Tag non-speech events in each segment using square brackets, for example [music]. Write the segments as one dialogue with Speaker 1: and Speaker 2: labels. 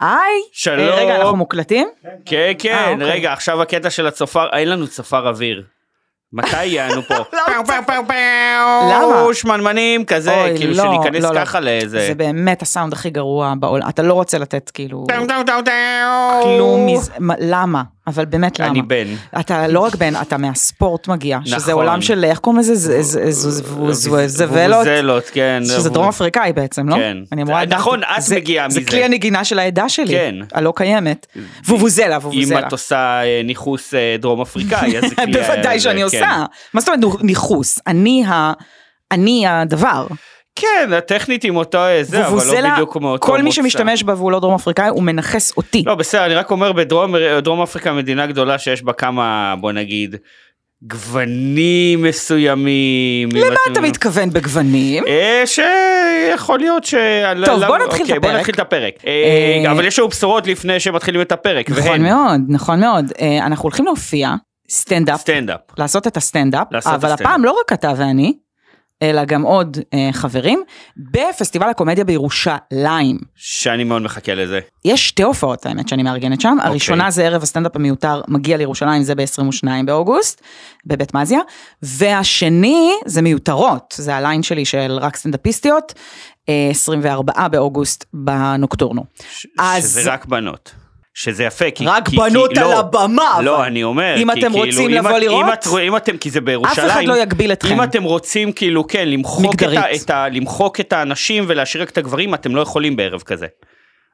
Speaker 1: היי,
Speaker 2: שלום.
Speaker 1: אה, רגע אנחנו מוקלטים?
Speaker 2: כן,
Speaker 1: אה,
Speaker 2: כן,
Speaker 1: אוקיי.
Speaker 2: רגע, עכשיו הקטע של הצופר, אין לנו צופר אוויר. מתי יענו
Speaker 1: [laughs]
Speaker 2: פה? פאו פאו פאו
Speaker 1: לא, למה?
Speaker 2: פאו, שמנמנים כזה,
Speaker 1: אוי,
Speaker 2: כאילו
Speaker 1: לא,
Speaker 2: שניכנס
Speaker 1: לא, לא.
Speaker 2: ככה לאיזה...
Speaker 1: זה באמת הסאונד הכי גרוע בעולם, אתה לא רוצה לתת כאילו
Speaker 2: טאו, טאו, טאו, טאו.
Speaker 1: כלום מזה, מה- למה? אבל באמת למה?
Speaker 2: אני בן.
Speaker 1: אתה לא רק בן, אתה מהספורט מגיע, שזה
Speaker 2: נכון.
Speaker 1: עולם של איך קוראים לזה? זה- זה- זה- זה- זה- זבלות,
Speaker 2: זבלות, כן.
Speaker 1: שזה דרום אפריקאי בעצם, לא?
Speaker 2: כן.
Speaker 1: אני אמורה לדעת-
Speaker 2: נכון, את
Speaker 1: זה-
Speaker 2: מגיעה
Speaker 1: זה
Speaker 2: מזה.
Speaker 1: כלי הנגינה של העדה שלי,
Speaker 2: כן.
Speaker 1: הלא קיימת. וובוזלה,
Speaker 2: אם
Speaker 1: וובוזלה.
Speaker 2: את עושה אה, ניכוס אה, דרום אפריקאי, אז
Speaker 1: [laughs]
Speaker 2: זה כלי...
Speaker 1: בוודאי
Speaker 2: אה,
Speaker 1: שאני
Speaker 2: כן.
Speaker 1: עושה. מה זאת אומרת ניכוס? אני ה... אני הדבר.
Speaker 2: כן, הטכנית עם אותו אה, זה, אבל לא
Speaker 1: וובוזלה,
Speaker 2: בדיוק מאותו
Speaker 1: כל מי
Speaker 2: מוצא.
Speaker 1: שמשתמש בה והוא לא דרום אפריקאי, הוא מנכס אותי.
Speaker 2: לא, בסדר, אני רק אומר, בדרום דרום אפריקה מדינה גדולה שיש בה כמה, בוא נגיד, גוונים מסוימים.
Speaker 1: למה אתה מתכוון בגוונים?
Speaker 2: אה, שיכול להיות ש...
Speaker 1: טוב,
Speaker 2: לא-
Speaker 1: בוא נתחיל את
Speaker 2: אוקיי, בוא
Speaker 1: הפרק.
Speaker 2: נתחיל את הפרק. אה,
Speaker 1: אה,
Speaker 2: אבל יש לנו בשורות לפני שמתחילים את הפרק,
Speaker 1: נכון
Speaker 2: והן
Speaker 1: מאוד, נכון מאוד. אה, אנחנו הולכים להופיע, סטנדאפ,
Speaker 2: סטנדאפ.
Speaker 1: לעשות את הסטנדאפ,
Speaker 2: לעשות את
Speaker 1: אבל
Speaker 2: הסטנדאפ.
Speaker 1: הפעם לא רק אתה ואני, אלא גם עוד אה, חברים, בפסטיבל הקומדיה בירושלים.
Speaker 2: שאני מאוד מחכה לזה.
Speaker 1: יש שתי הופעות האמת שאני מארגנת שם,
Speaker 2: אוקיי.
Speaker 1: הראשונה זה ערב הסטנדאפ המיותר מגיע לירושלים, זה ב-22 באוגוסט, בבית מזיה, והשני זה מיותרות, זה הליין שלי של רק סטנדאפיסטיות, אה, 24 באוגוסט בנוקטורנו.
Speaker 2: ש-
Speaker 1: אז-
Speaker 2: שזה רק בנות. שזה יפה, כי...
Speaker 1: רק
Speaker 2: כי-
Speaker 1: בנות
Speaker 2: כי-
Speaker 1: על
Speaker 2: לא,
Speaker 1: הבמה, אבל.
Speaker 2: לא, אני אומר.
Speaker 1: אם
Speaker 2: כי
Speaker 1: אתם
Speaker 2: כאילו,
Speaker 1: רוצים
Speaker 2: אם את-
Speaker 1: לבוא
Speaker 2: אם
Speaker 1: לראות,
Speaker 2: את- אם אתם, כי זה בירושלים.
Speaker 1: אף אחד לא יגביל אתכם.
Speaker 2: אם אתם רוצים כאילו כן למחוק את,
Speaker 1: מגדרית.
Speaker 2: ה, את, ה, למחוק את האנשים ולהשאיר רק את הגברים אתם לא יכולים בערב כזה.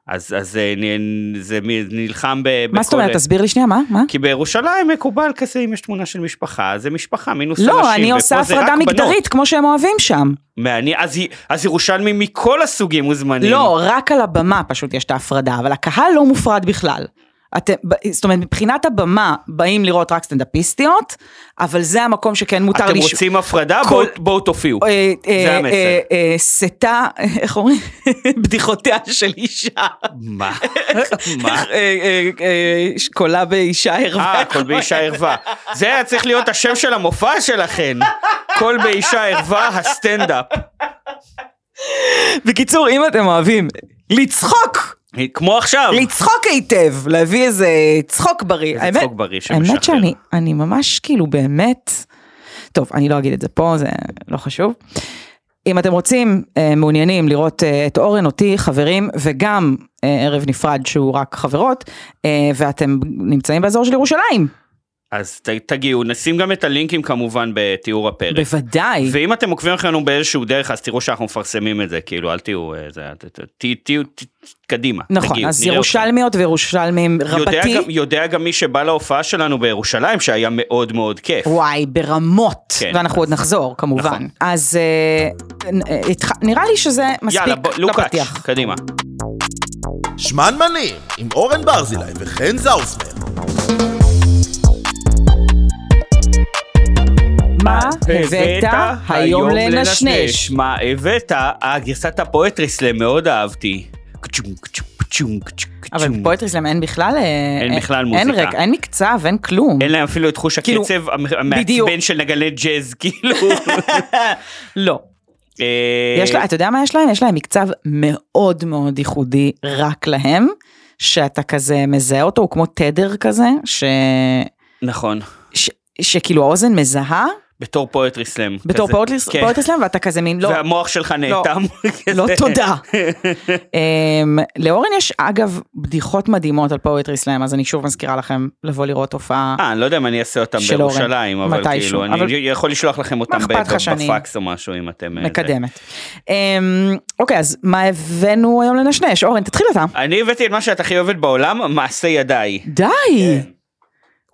Speaker 2: אז אז אה, נ- זה מ- נלחם ב, בכל...
Speaker 1: מה זאת אומרת, תסביר לי שנייה, מה? מה?
Speaker 2: כי בירושלים מקובל כזה אם יש תמונה של משפחה זה משפחה מינוס אנשים.
Speaker 1: לא, אני
Speaker 2: ופה
Speaker 1: עושה
Speaker 2: זה רק
Speaker 1: הפרדה
Speaker 2: בנות.
Speaker 1: מגדרית כמו שהם אוהבים שם.
Speaker 2: מעניין אז, י- אז ירושלמים מכל הסוגים מוזמנים.
Speaker 1: לא, רק על הבמה פשוט יש את ההפרדה, אבל הקהל לא מופרד בכלל. אתם, ב- זאת אומרת, מבחינת הבמה באים לראות רק סטנדאפיסטיות, אבל זה המקום שכן מותר
Speaker 2: אתם
Speaker 1: לש-
Speaker 2: רוצים הפרדה
Speaker 1: כל-
Speaker 2: בואו בואו תופיעו.
Speaker 1: אה, אה,
Speaker 2: זה המסר.
Speaker 1: אה, אה, סטה, איך אומרים? [laughs] בדיחותיה של אישה. [laughs]
Speaker 2: מה? מה?
Speaker 1: אה, אה, אה, ש- קולה באישה ערווה.
Speaker 2: אה, קול באישה ערווה. זה היה צריך להיות השם של המופע שלכן. קול באישה ערווה, הסטנדאפ.
Speaker 1: בקיצור, אם אתם אוהבים לצחוק,
Speaker 2: כמו עכשיו.
Speaker 1: לצחוק היטב, להביא איזה צחוק בריא.
Speaker 2: איזה
Speaker 1: האמת-
Speaker 2: צחוק בריא שמשחרר.
Speaker 1: האמת שאני אני ממש כאילו באמת, טוב אני לא אגיד את זה פה זה לא חשוב. אם אתם רוצים אה, מעוניינים לראות אה, את אורן אותי חברים וגם אה, ערב נפרד שהוא רק חברות אה, ואתם נמצאים באזור של ירושלים
Speaker 2: אז ת- תגיעו, נשים גם את הלינקים כמובן בתיאור הפרק.
Speaker 1: בוודאי
Speaker 2: ואם אתם עוקבים אחרינו באיזשהו דרך, אז תראו שאנחנו מפרסמים את זה, כאילו, אל תהיו, אה, זה, ת- ת- ת- תהיו, ת- קדימה.
Speaker 1: נכון
Speaker 2: תגיעו,
Speaker 1: אז
Speaker 2: נראה אתכם.
Speaker 1: ירושלמיות וירושלמים
Speaker 2: יודע
Speaker 1: רבתי
Speaker 2: גם- יודע גם מי שבא להופעה שלנו בירושלים, שהיה מאוד מאוד כיף.
Speaker 1: וואי, ברמות,
Speaker 2: כן,
Speaker 1: ואנחנו עוד נחזור כמובן.
Speaker 2: נכון.
Speaker 1: אז אה, נ- אה, התח- נראה לי שזה
Speaker 2: יאללה,
Speaker 1: מספיק לא
Speaker 2: בוא, לוקאץ',
Speaker 1: לפתיח.
Speaker 2: קדימה.
Speaker 3: שמנמנים, עם אורן ברזילי וחן זאוסמן.
Speaker 1: מה הבאת היום לנשנש?
Speaker 2: מה הבאת? אה, גרסת הפואטריסלם מאוד אהבתי. קצ'ום, קצ'ום, קצ'ום, קצ'ום,
Speaker 1: אבל
Speaker 2: קצ'ום.
Speaker 1: בפואטריסלם אין בכלל... אה,
Speaker 2: אין בכלל
Speaker 1: אין
Speaker 2: מוזיקה.
Speaker 1: רק, אין מקצב, אין כלום.
Speaker 2: אין להם אפילו את חוש
Speaker 1: כאילו,
Speaker 2: הקצב המ-
Speaker 1: בדיוק.
Speaker 2: המעצבן של נגני ג'אז, [laughs] כאילו.
Speaker 1: [laughs] לא.
Speaker 2: אה,
Speaker 1: [laughs] יש לה, אתה יודע מה יש להם? יש להם מקצב מאוד מאוד ייחודי רק להם, שאתה כזה מזהה אותו, הוא כמו תדר כזה, ש...
Speaker 2: נכון.
Speaker 1: ש... שכאילו האוזן מזהה
Speaker 2: בתור פואטריסלם.
Speaker 1: בתור פואטריס-
Speaker 2: כן.
Speaker 1: פואטריסלם ואתה כזה מין לא,
Speaker 2: והמוח שלך נאטם.
Speaker 1: לא
Speaker 2: כזה. [laughs]
Speaker 1: תודה. אמ, לאורן יש אגב בדיחות מדהימות על פואטריסלם, אז אני שוב מזכירה לכם לבוא לראות הופעה.
Speaker 2: אה, אני לא יודע אם אני אעשה אותם
Speaker 1: של אורן.
Speaker 2: בירושלים, אבל
Speaker 1: מתישהו,
Speaker 2: כאילו,
Speaker 1: אבל-
Speaker 2: אני יכול לשלוח לכם אותם
Speaker 1: אכפת
Speaker 2: ב-
Speaker 1: לך שאני-
Speaker 2: בפקס או משהו, אם אתם... אה, זה.
Speaker 1: מקדמת. אמ, אוקיי, אז מה הבאנו היום לנשנש? אורן, תתחיל אתה.
Speaker 2: אני הבאתי את מה שאת הכי אוהבת בעולם, מעשה ידיי.
Speaker 1: די!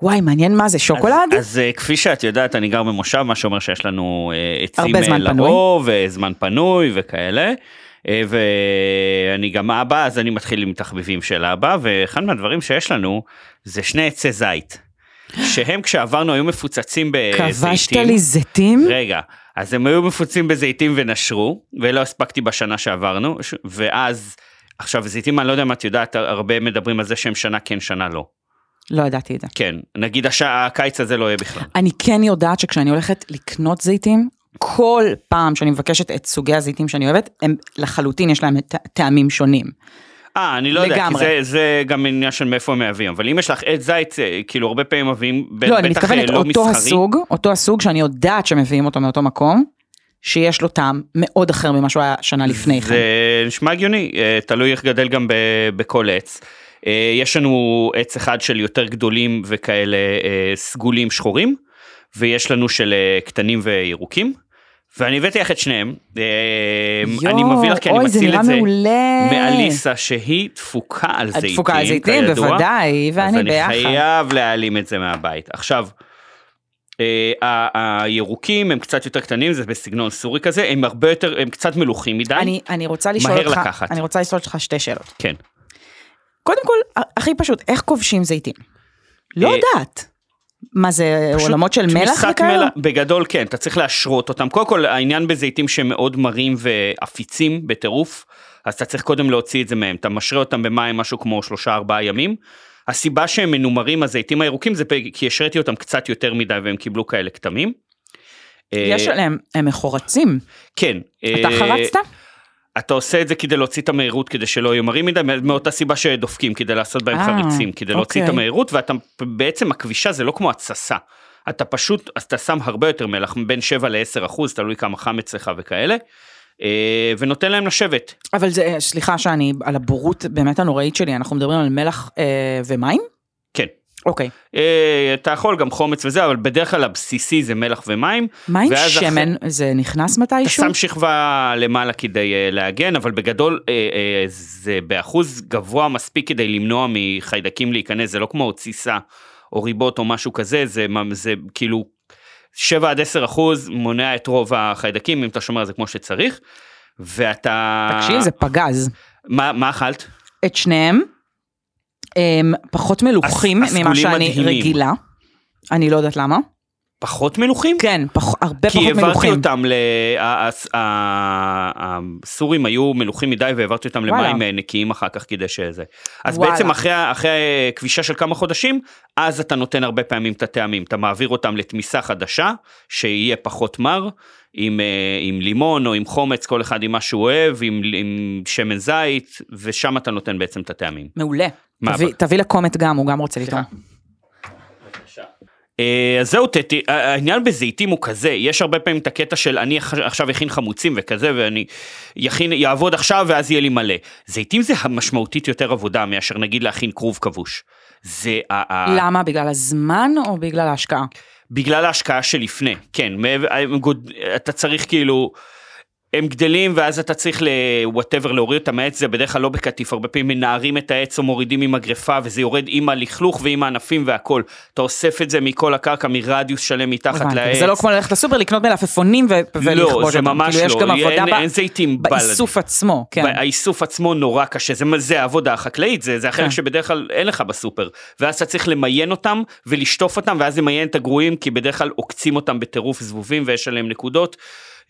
Speaker 1: וואי, מעניין מה זה, שוקולד?
Speaker 2: כן. אז, אז אה, כפי שאת יודעת, אני גר במושב, מה שאומר שיש לנו אה, עצים
Speaker 1: הרבה
Speaker 2: אה,
Speaker 1: זמן
Speaker 2: לרוב, אה, זמן פנוי וכאלה. אה, ואני גם אבא, אז אני מתחיל עם תחביבים של אבא, ואחד מהדברים שיש לנו זה שני עצי זית. שהם כשעברנו היו מפוצצים בזיתים.
Speaker 1: כבשת לי זיתים?
Speaker 2: רגע, אז הם היו מפוצים בזיתים ונשרו, ולא הספקתי בשנה שעברנו, ש- ואז, עכשיו זיתים, אני לא יודע אם את יודעת, הרבה מדברים על זה שהם שנה כן, שנה לא.
Speaker 1: לא ידעתי את זה.
Speaker 2: כן, נגיד הש... הקיץ הזה לא יהיה בכלל.
Speaker 1: אני כן יודעת שכשאני הולכת לקנות זיתים, כל פעם שאני מבקשת את סוגי הזיתים שאני אוהבת, הם לחלוטין יש להם ט- טעמים שונים.
Speaker 2: אה, אני לא יודע, כי
Speaker 1: לגמרי.
Speaker 2: זה, זה גם עניין של מאיפה הם מייבאים, אבל אם יש לך עץ זית, אה, כאילו הרבה פעמים מביאים, ב-
Speaker 1: לא, אני
Speaker 2: בטח,
Speaker 1: מתכוונת
Speaker 2: אה, לא
Speaker 1: אותו
Speaker 2: מסחרי.
Speaker 1: הסוג, אותו הסוג שאני יודעת שמביאים אותו מאותו מקום, שיש לו טעם מאוד אחר ממה שהוא היה שנה לפני
Speaker 2: זה
Speaker 1: כן.
Speaker 2: נשמע הגיוני, אה, תלוי איך גדל גם ב, בכל עץ. אה, יש לנו עץ אחד של יותר גדולים וכאלה אה, סגולים שחורים, ויש לנו של אה, קטנים וירוקים, ואני הבאתי לך את שניהם. אה, אני מביא לך כי אני
Speaker 1: כן. אוי, זה
Speaker 2: מציל
Speaker 1: נראה
Speaker 2: את זה
Speaker 1: מעולה.
Speaker 2: מאליסה שהיא דפוקה על זיתים,
Speaker 1: הדפוקה על זיתים,
Speaker 2: כידוע.
Speaker 1: בוודאי, ואני ביחד.
Speaker 2: אז אני חייב להעלים את זה מהבית. עכשיו, אה, ה- הירוקים הם קצת יותר קטנים, זה בסגנון סורי כזה, הם הרבה יותר, הם קצת מלוכים מדי.
Speaker 1: אני, אני רוצה לשאול
Speaker 2: מהר
Speaker 1: אותך,
Speaker 2: לקחת.
Speaker 1: אני רוצה לשאול אותך שתי שאלות.
Speaker 2: כן.
Speaker 1: קודם כל, ה- הכי פשוט, איך כובשים זיתים? לא
Speaker 2: אה,
Speaker 1: יודעת. מה זה,
Speaker 2: פשוט
Speaker 1: עולמות של מלח
Speaker 2: תמיסת
Speaker 1: וכאלה?
Speaker 2: מלח- בגדול כן, אתה צריך להשרות אותם. קודם כל, העניין בזיתים שהם מאוד מרים ועפיצים בטירוף, אז אתה צריך קודם להוציא את זה מהם. אתה משרה אותם במים משהו כמו שלושה ארבעה ימים. הסיבה שהם מנומרים הזיתים הירוקים זה בג- כי השריתי אותם קצת יותר מדי והם קיבלו כאלה כתמים.
Speaker 1: יש
Speaker 2: אה,
Speaker 1: עליהם, הם מחורצים.
Speaker 2: כן.
Speaker 1: אתה
Speaker 2: אה,
Speaker 1: חרצת?
Speaker 2: אתה עושה את זה כדי להוציא את המהירות כדי שלא יהיו מרים מדי, מאותה סיבה שדופקים כדי לעשות בהם
Speaker 1: אה,
Speaker 2: חריצים, כדי להוציא את
Speaker 1: אוקיי.
Speaker 2: המהירות ואתה בעצם הכבישה זה לא כמו התססה. אתה פשוט, אז אתה שם הרבה יותר מלח, בין 7 ל-10 אחוז, תלוי כמה חם אצלך וכאלה, אה, ונותן להם לשבת.
Speaker 1: אבל זה, סליחה שאני, על הבורות באמת הנוראית שלי, אנחנו מדברים על מלח אה, ומים?
Speaker 2: כן.
Speaker 1: אוקיי.
Speaker 2: אה, אתה יכול גם חומץ וזה, אבל בדרך כלל הבסיסי זה מלח ומים.
Speaker 1: מה עם
Speaker 2: ואז אחרי-
Speaker 1: שמן? זה נכנס
Speaker 2: אתה
Speaker 1: מתישהו?
Speaker 2: שם שכבה למעלה כדי אה, להגן, אבל בגדול אה, אה, זה באחוז גבוה מספיק כדי למנוע מחיידקים להיכנס, זה לא כמו תסיסה או ריבות או משהו כזה, זה, ממ- זה כאילו 7 עד 10 אחוז מונע את רוב החיידקים, אם אתה שומר על זה כמו שצריך, ואתה...
Speaker 1: תקשיב, זה פגז.
Speaker 2: מה, מה אכלת?
Speaker 1: את שניהם, הם פחות מלוכים
Speaker 2: הס-
Speaker 1: ממה
Speaker 2: הסגולים
Speaker 1: שאני
Speaker 2: מדהימים.
Speaker 1: רגילה. אני לא יודעת למה.
Speaker 2: פחות מלוכים?
Speaker 1: כן, פח- הרבה פחות
Speaker 2: כי העברתי
Speaker 1: מלוכים.
Speaker 2: אותם, ל... ה- ה- ה- הסורים היו מלוכים מדי והעברתי אותם
Speaker 1: וואלה.
Speaker 2: למים אה, נקיים אחר כך כדי שזה. אז
Speaker 1: וואלה.
Speaker 2: בעצם אחרי, ה- אחרי אה, כבישה של כמה חודשים, אז אתה נותן הרבה פעמים את הטעמים, אתה מעביר אותם לתמיסה חדשה, שיהיה פחות מר, עם, אה, עם לימון או עם חומץ, כל אחד עם מה שהוא אוהב, עם, עם שמן זית, ושם אתה נותן בעצם את הטעמים.
Speaker 1: מעולה.
Speaker 2: מה,
Speaker 1: תביא-
Speaker 2: אבל-
Speaker 1: תביא לקומט גם, הוא גם רוצה לטעום.
Speaker 2: אה, אז זהו, תתי, העניין בזיתים הוא כזה, יש הרבה פעמים את הקטע של אני עכש- עכשיו אכין חמוצים וכזה, ואני יכין, יעבוד עכשיו ואז יהיה לי מלא. זיתים זה משמעותית יותר עבודה מאשר נגיד להכין כרוב כבוש. זה ה- ה-
Speaker 1: למה? בגלל הזמן או בגלל ההשקעה?
Speaker 2: בגלל ההשקעה שלפני, כן, מעבר- הם גוד- אתה צריך כאילו, הם גדלים ואז אתה צריך לוואטאבר להוריד אותם מהעץ, זה בדרך כלל לא בקטיף, הרבה פעמים מנערים את העץ או מורידים עם הגרפה וזה יורד עם הלכלוך ועם הענפים והכל. אתה אוסף את זה מכל הקרקע מרדיוס שלם מתחת
Speaker 1: הבנתי.
Speaker 2: לעץ.
Speaker 1: זה לא כמו ללכת לסופר לקנות מלפפונים ו- ולכבוש אותם.
Speaker 2: לא, זה ממש
Speaker 1: כאילו,
Speaker 2: לא,
Speaker 1: יש גם
Speaker 2: אין-
Speaker 1: עבודה ב-
Speaker 2: אין זיתים בלד.
Speaker 1: באיסוף עצמו, כן.
Speaker 2: האיסוף עצמו נורא קשה, זה, זה העבודה החקלאית, זה, זה החלק
Speaker 1: כן.
Speaker 2: שבדרך כלל אין לך בסופר. ואז אתה צריך למיין אותם ולשטוף אותם, ואז למיין את הגרועים, כי בדרך כלל עוקצים אותם בטירוף זבובים ויש עליהם נקודות.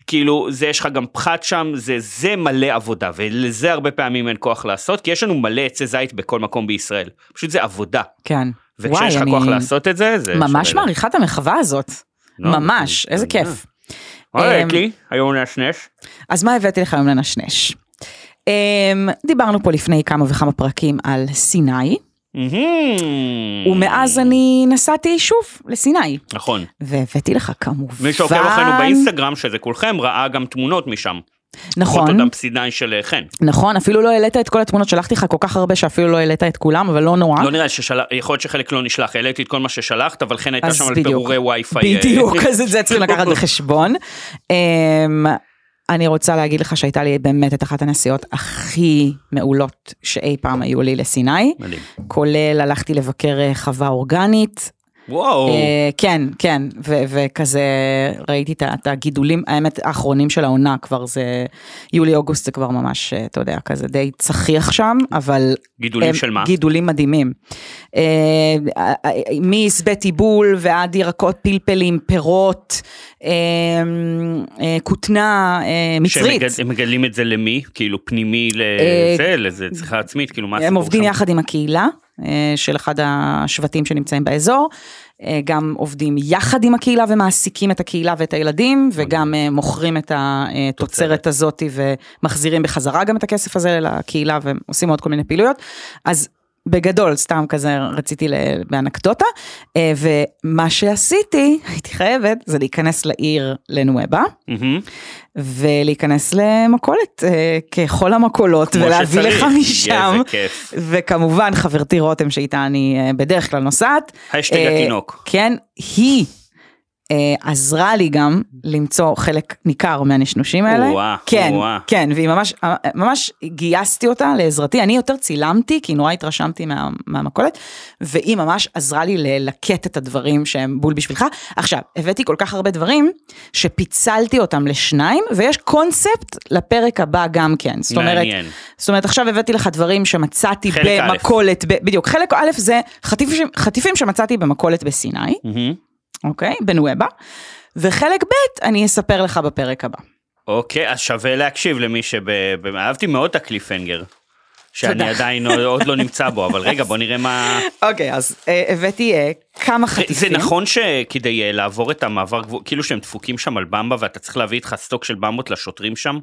Speaker 2: כאילו, זה יש לך גם פחת שם, זה, זה מלא עבודה, ולזה הרבה פעמים אין כוח לעשות, כי יש לנו מלא עצי זית בכל מקום בישראל. פשוט זה עבודה.
Speaker 1: כן.
Speaker 2: וכשיש לך
Speaker 1: וואי,
Speaker 2: כוח
Speaker 1: אני-
Speaker 2: לעשות את זה, זה...
Speaker 1: ממש
Speaker 2: שווה לך.
Speaker 1: מעריכה את המחווה הזאת.
Speaker 2: לא,
Speaker 1: ממש,
Speaker 2: אני-
Speaker 1: איזה
Speaker 2: אני
Speaker 1: כיף.
Speaker 2: אוי,
Speaker 1: אמ,
Speaker 2: לי, היום נשנש.
Speaker 1: אז מה הבאתי לך היום לנשנש? אמ, דיברנו פה לפני כמה וכמה פרקים על סיני, ומאז
Speaker 2: Mm.
Speaker 1: אני נסעתי שוב לסיני,
Speaker 2: נכון.
Speaker 1: והבאתי לך כמובן...
Speaker 2: מי שעוקב אחרינו באינסטגרם, שזה כולכם, ראה גם תמונות משם.
Speaker 1: נכון,
Speaker 2: פוטו דם סיני של אה, חן.
Speaker 1: נכון, אפילו לא העלית את כל התמונות, שלחתי לך כל כך הרבה שאפילו לא העלית את כולם, אבל לא נורא.
Speaker 2: לא נראה לי ששלח, יכול להיות שחלק לא נשלח, העליתי את כל מה ששלחת, אבל חן הייתה
Speaker 1: אז
Speaker 2: שם על
Speaker 1: בדיוק.
Speaker 2: פירורי וי-פיי. אה,
Speaker 1: בדיוק, אז את זה צריכים לקחת בחשבון. אמ, אני רוצה להגיד לך שהייתה לי באמת את אחת הנסיעות הכי מעולות שאי פעם היו לי לסיני,
Speaker 2: [laughs] מדהים.
Speaker 1: כולל הלכתי לבקר אה, חווה אורגנית,
Speaker 2: וואו,
Speaker 1: אה, כן, כן, ו- וכזה ראיתי את ה- את הגידולים, האמת, האחרונים של העונה כבר זה, יולי-אוגוסט זה כבר ממש, אה, אתה יודע, כזה די צחיח שם, אבל...
Speaker 2: גידולים
Speaker 1: הם
Speaker 2: של מה?
Speaker 1: גידולים מדהימים. אה, אה, אה, מעשבי טיבול ועד ירקות, פלפלים, פירות, אה, אה, כותנה אה, מצרית.
Speaker 2: שהם מגדלים את זה למי? כאילו פנימי
Speaker 1: אה,
Speaker 2: לזה, לזה צריכה עצמית, כאילו מה
Speaker 1: הם
Speaker 2: הסיפור
Speaker 1: עובדים
Speaker 2: שם?
Speaker 1: יחד עם הקהילה, אה, של אחד השבטים שנמצאים באזור. אה, גם עובדים יחד עם הקהילה ומעסיקים את הקהילה ואת הילדים, וגם אה, מוכרים את התוצרת
Speaker 2: תוצרת.
Speaker 1: הזאת ומחזירים בחזרה גם את הכסף הזה לקהילה ועושים עוד כל מיני פעילויות. אז בגדול, סתם כזה רציתי ל- באנקדוטה, אה, ומה שעשיתי, [laughs] הייתי חייבת, זה להיכנס לעיר לנואבה.
Speaker 2: מהמם.
Speaker 1: ולהיכנס למכולת אה, ככל המכולות
Speaker 2: כמו
Speaker 1: ולהביא
Speaker 2: שצריך.
Speaker 1: לך משם.
Speaker 2: איזה כיף.
Speaker 1: וכמובן חברתי רותם שאיתה אני אה, בדרך כלל נוסעת.
Speaker 2: השטג
Speaker 1: אה,
Speaker 2: התינוק.
Speaker 1: כן, היא אה, עזרה לי גם למצוא חלק ניכר מהנשנושים האלה.
Speaker 2: וואה,
Speaker 1: כן,
Speaker 2: וואה.
Speaker 1: כן, והיא ממש, אה, ממש גייסתי אותה לעזרתי, אני יותר צילמתי כי נורא התרשמתי מה, מהמכולת, והיא ממש עזרה לי ללקט את הדברים שהם בול בשבילך. עכשיו, הבאתי כל כך הרבה דברים, שפיצלתי אותם לשניים, ויש קונספט לפרק הבא גם כן. זאת אומרת,
Speaker 2: מעניין.
Speaker 1: זאת אומרת, עכשיו הבאתי לך דברים שמצאתי
Speaker 2: חלק א'.
Speaker 1: במכולת, ב- בדיוק, חלק א' זה חטיפים, חטיפים שמצאתי במכולת בסיני,
Speaker 2: מהמם.
Speaker 1: אוקיי? בנואבה, וחלק ב' אני אספר לך בפרק הבא.
Speaker 2: אוקיי, אז שווה להקשיב למי שב... ב- אהבתי מאוד את הקליפהנגר. שאני
Speaker 1: תודה.
Speaker 2: עדיין עוד- עוד לא נמצא בו, אבל רגע, בוא נראה מה...
Speaker 1: אוקיי, אז אה, הבאתי אה, כמה חטיפים.
Speaker 2: זה נכון שכדי אה, לעבור את המעבר גבול, כאילו שהם דפוקים שם על במבה ואתה צריך להביא איתך סטוק של במבות לשוטרים שם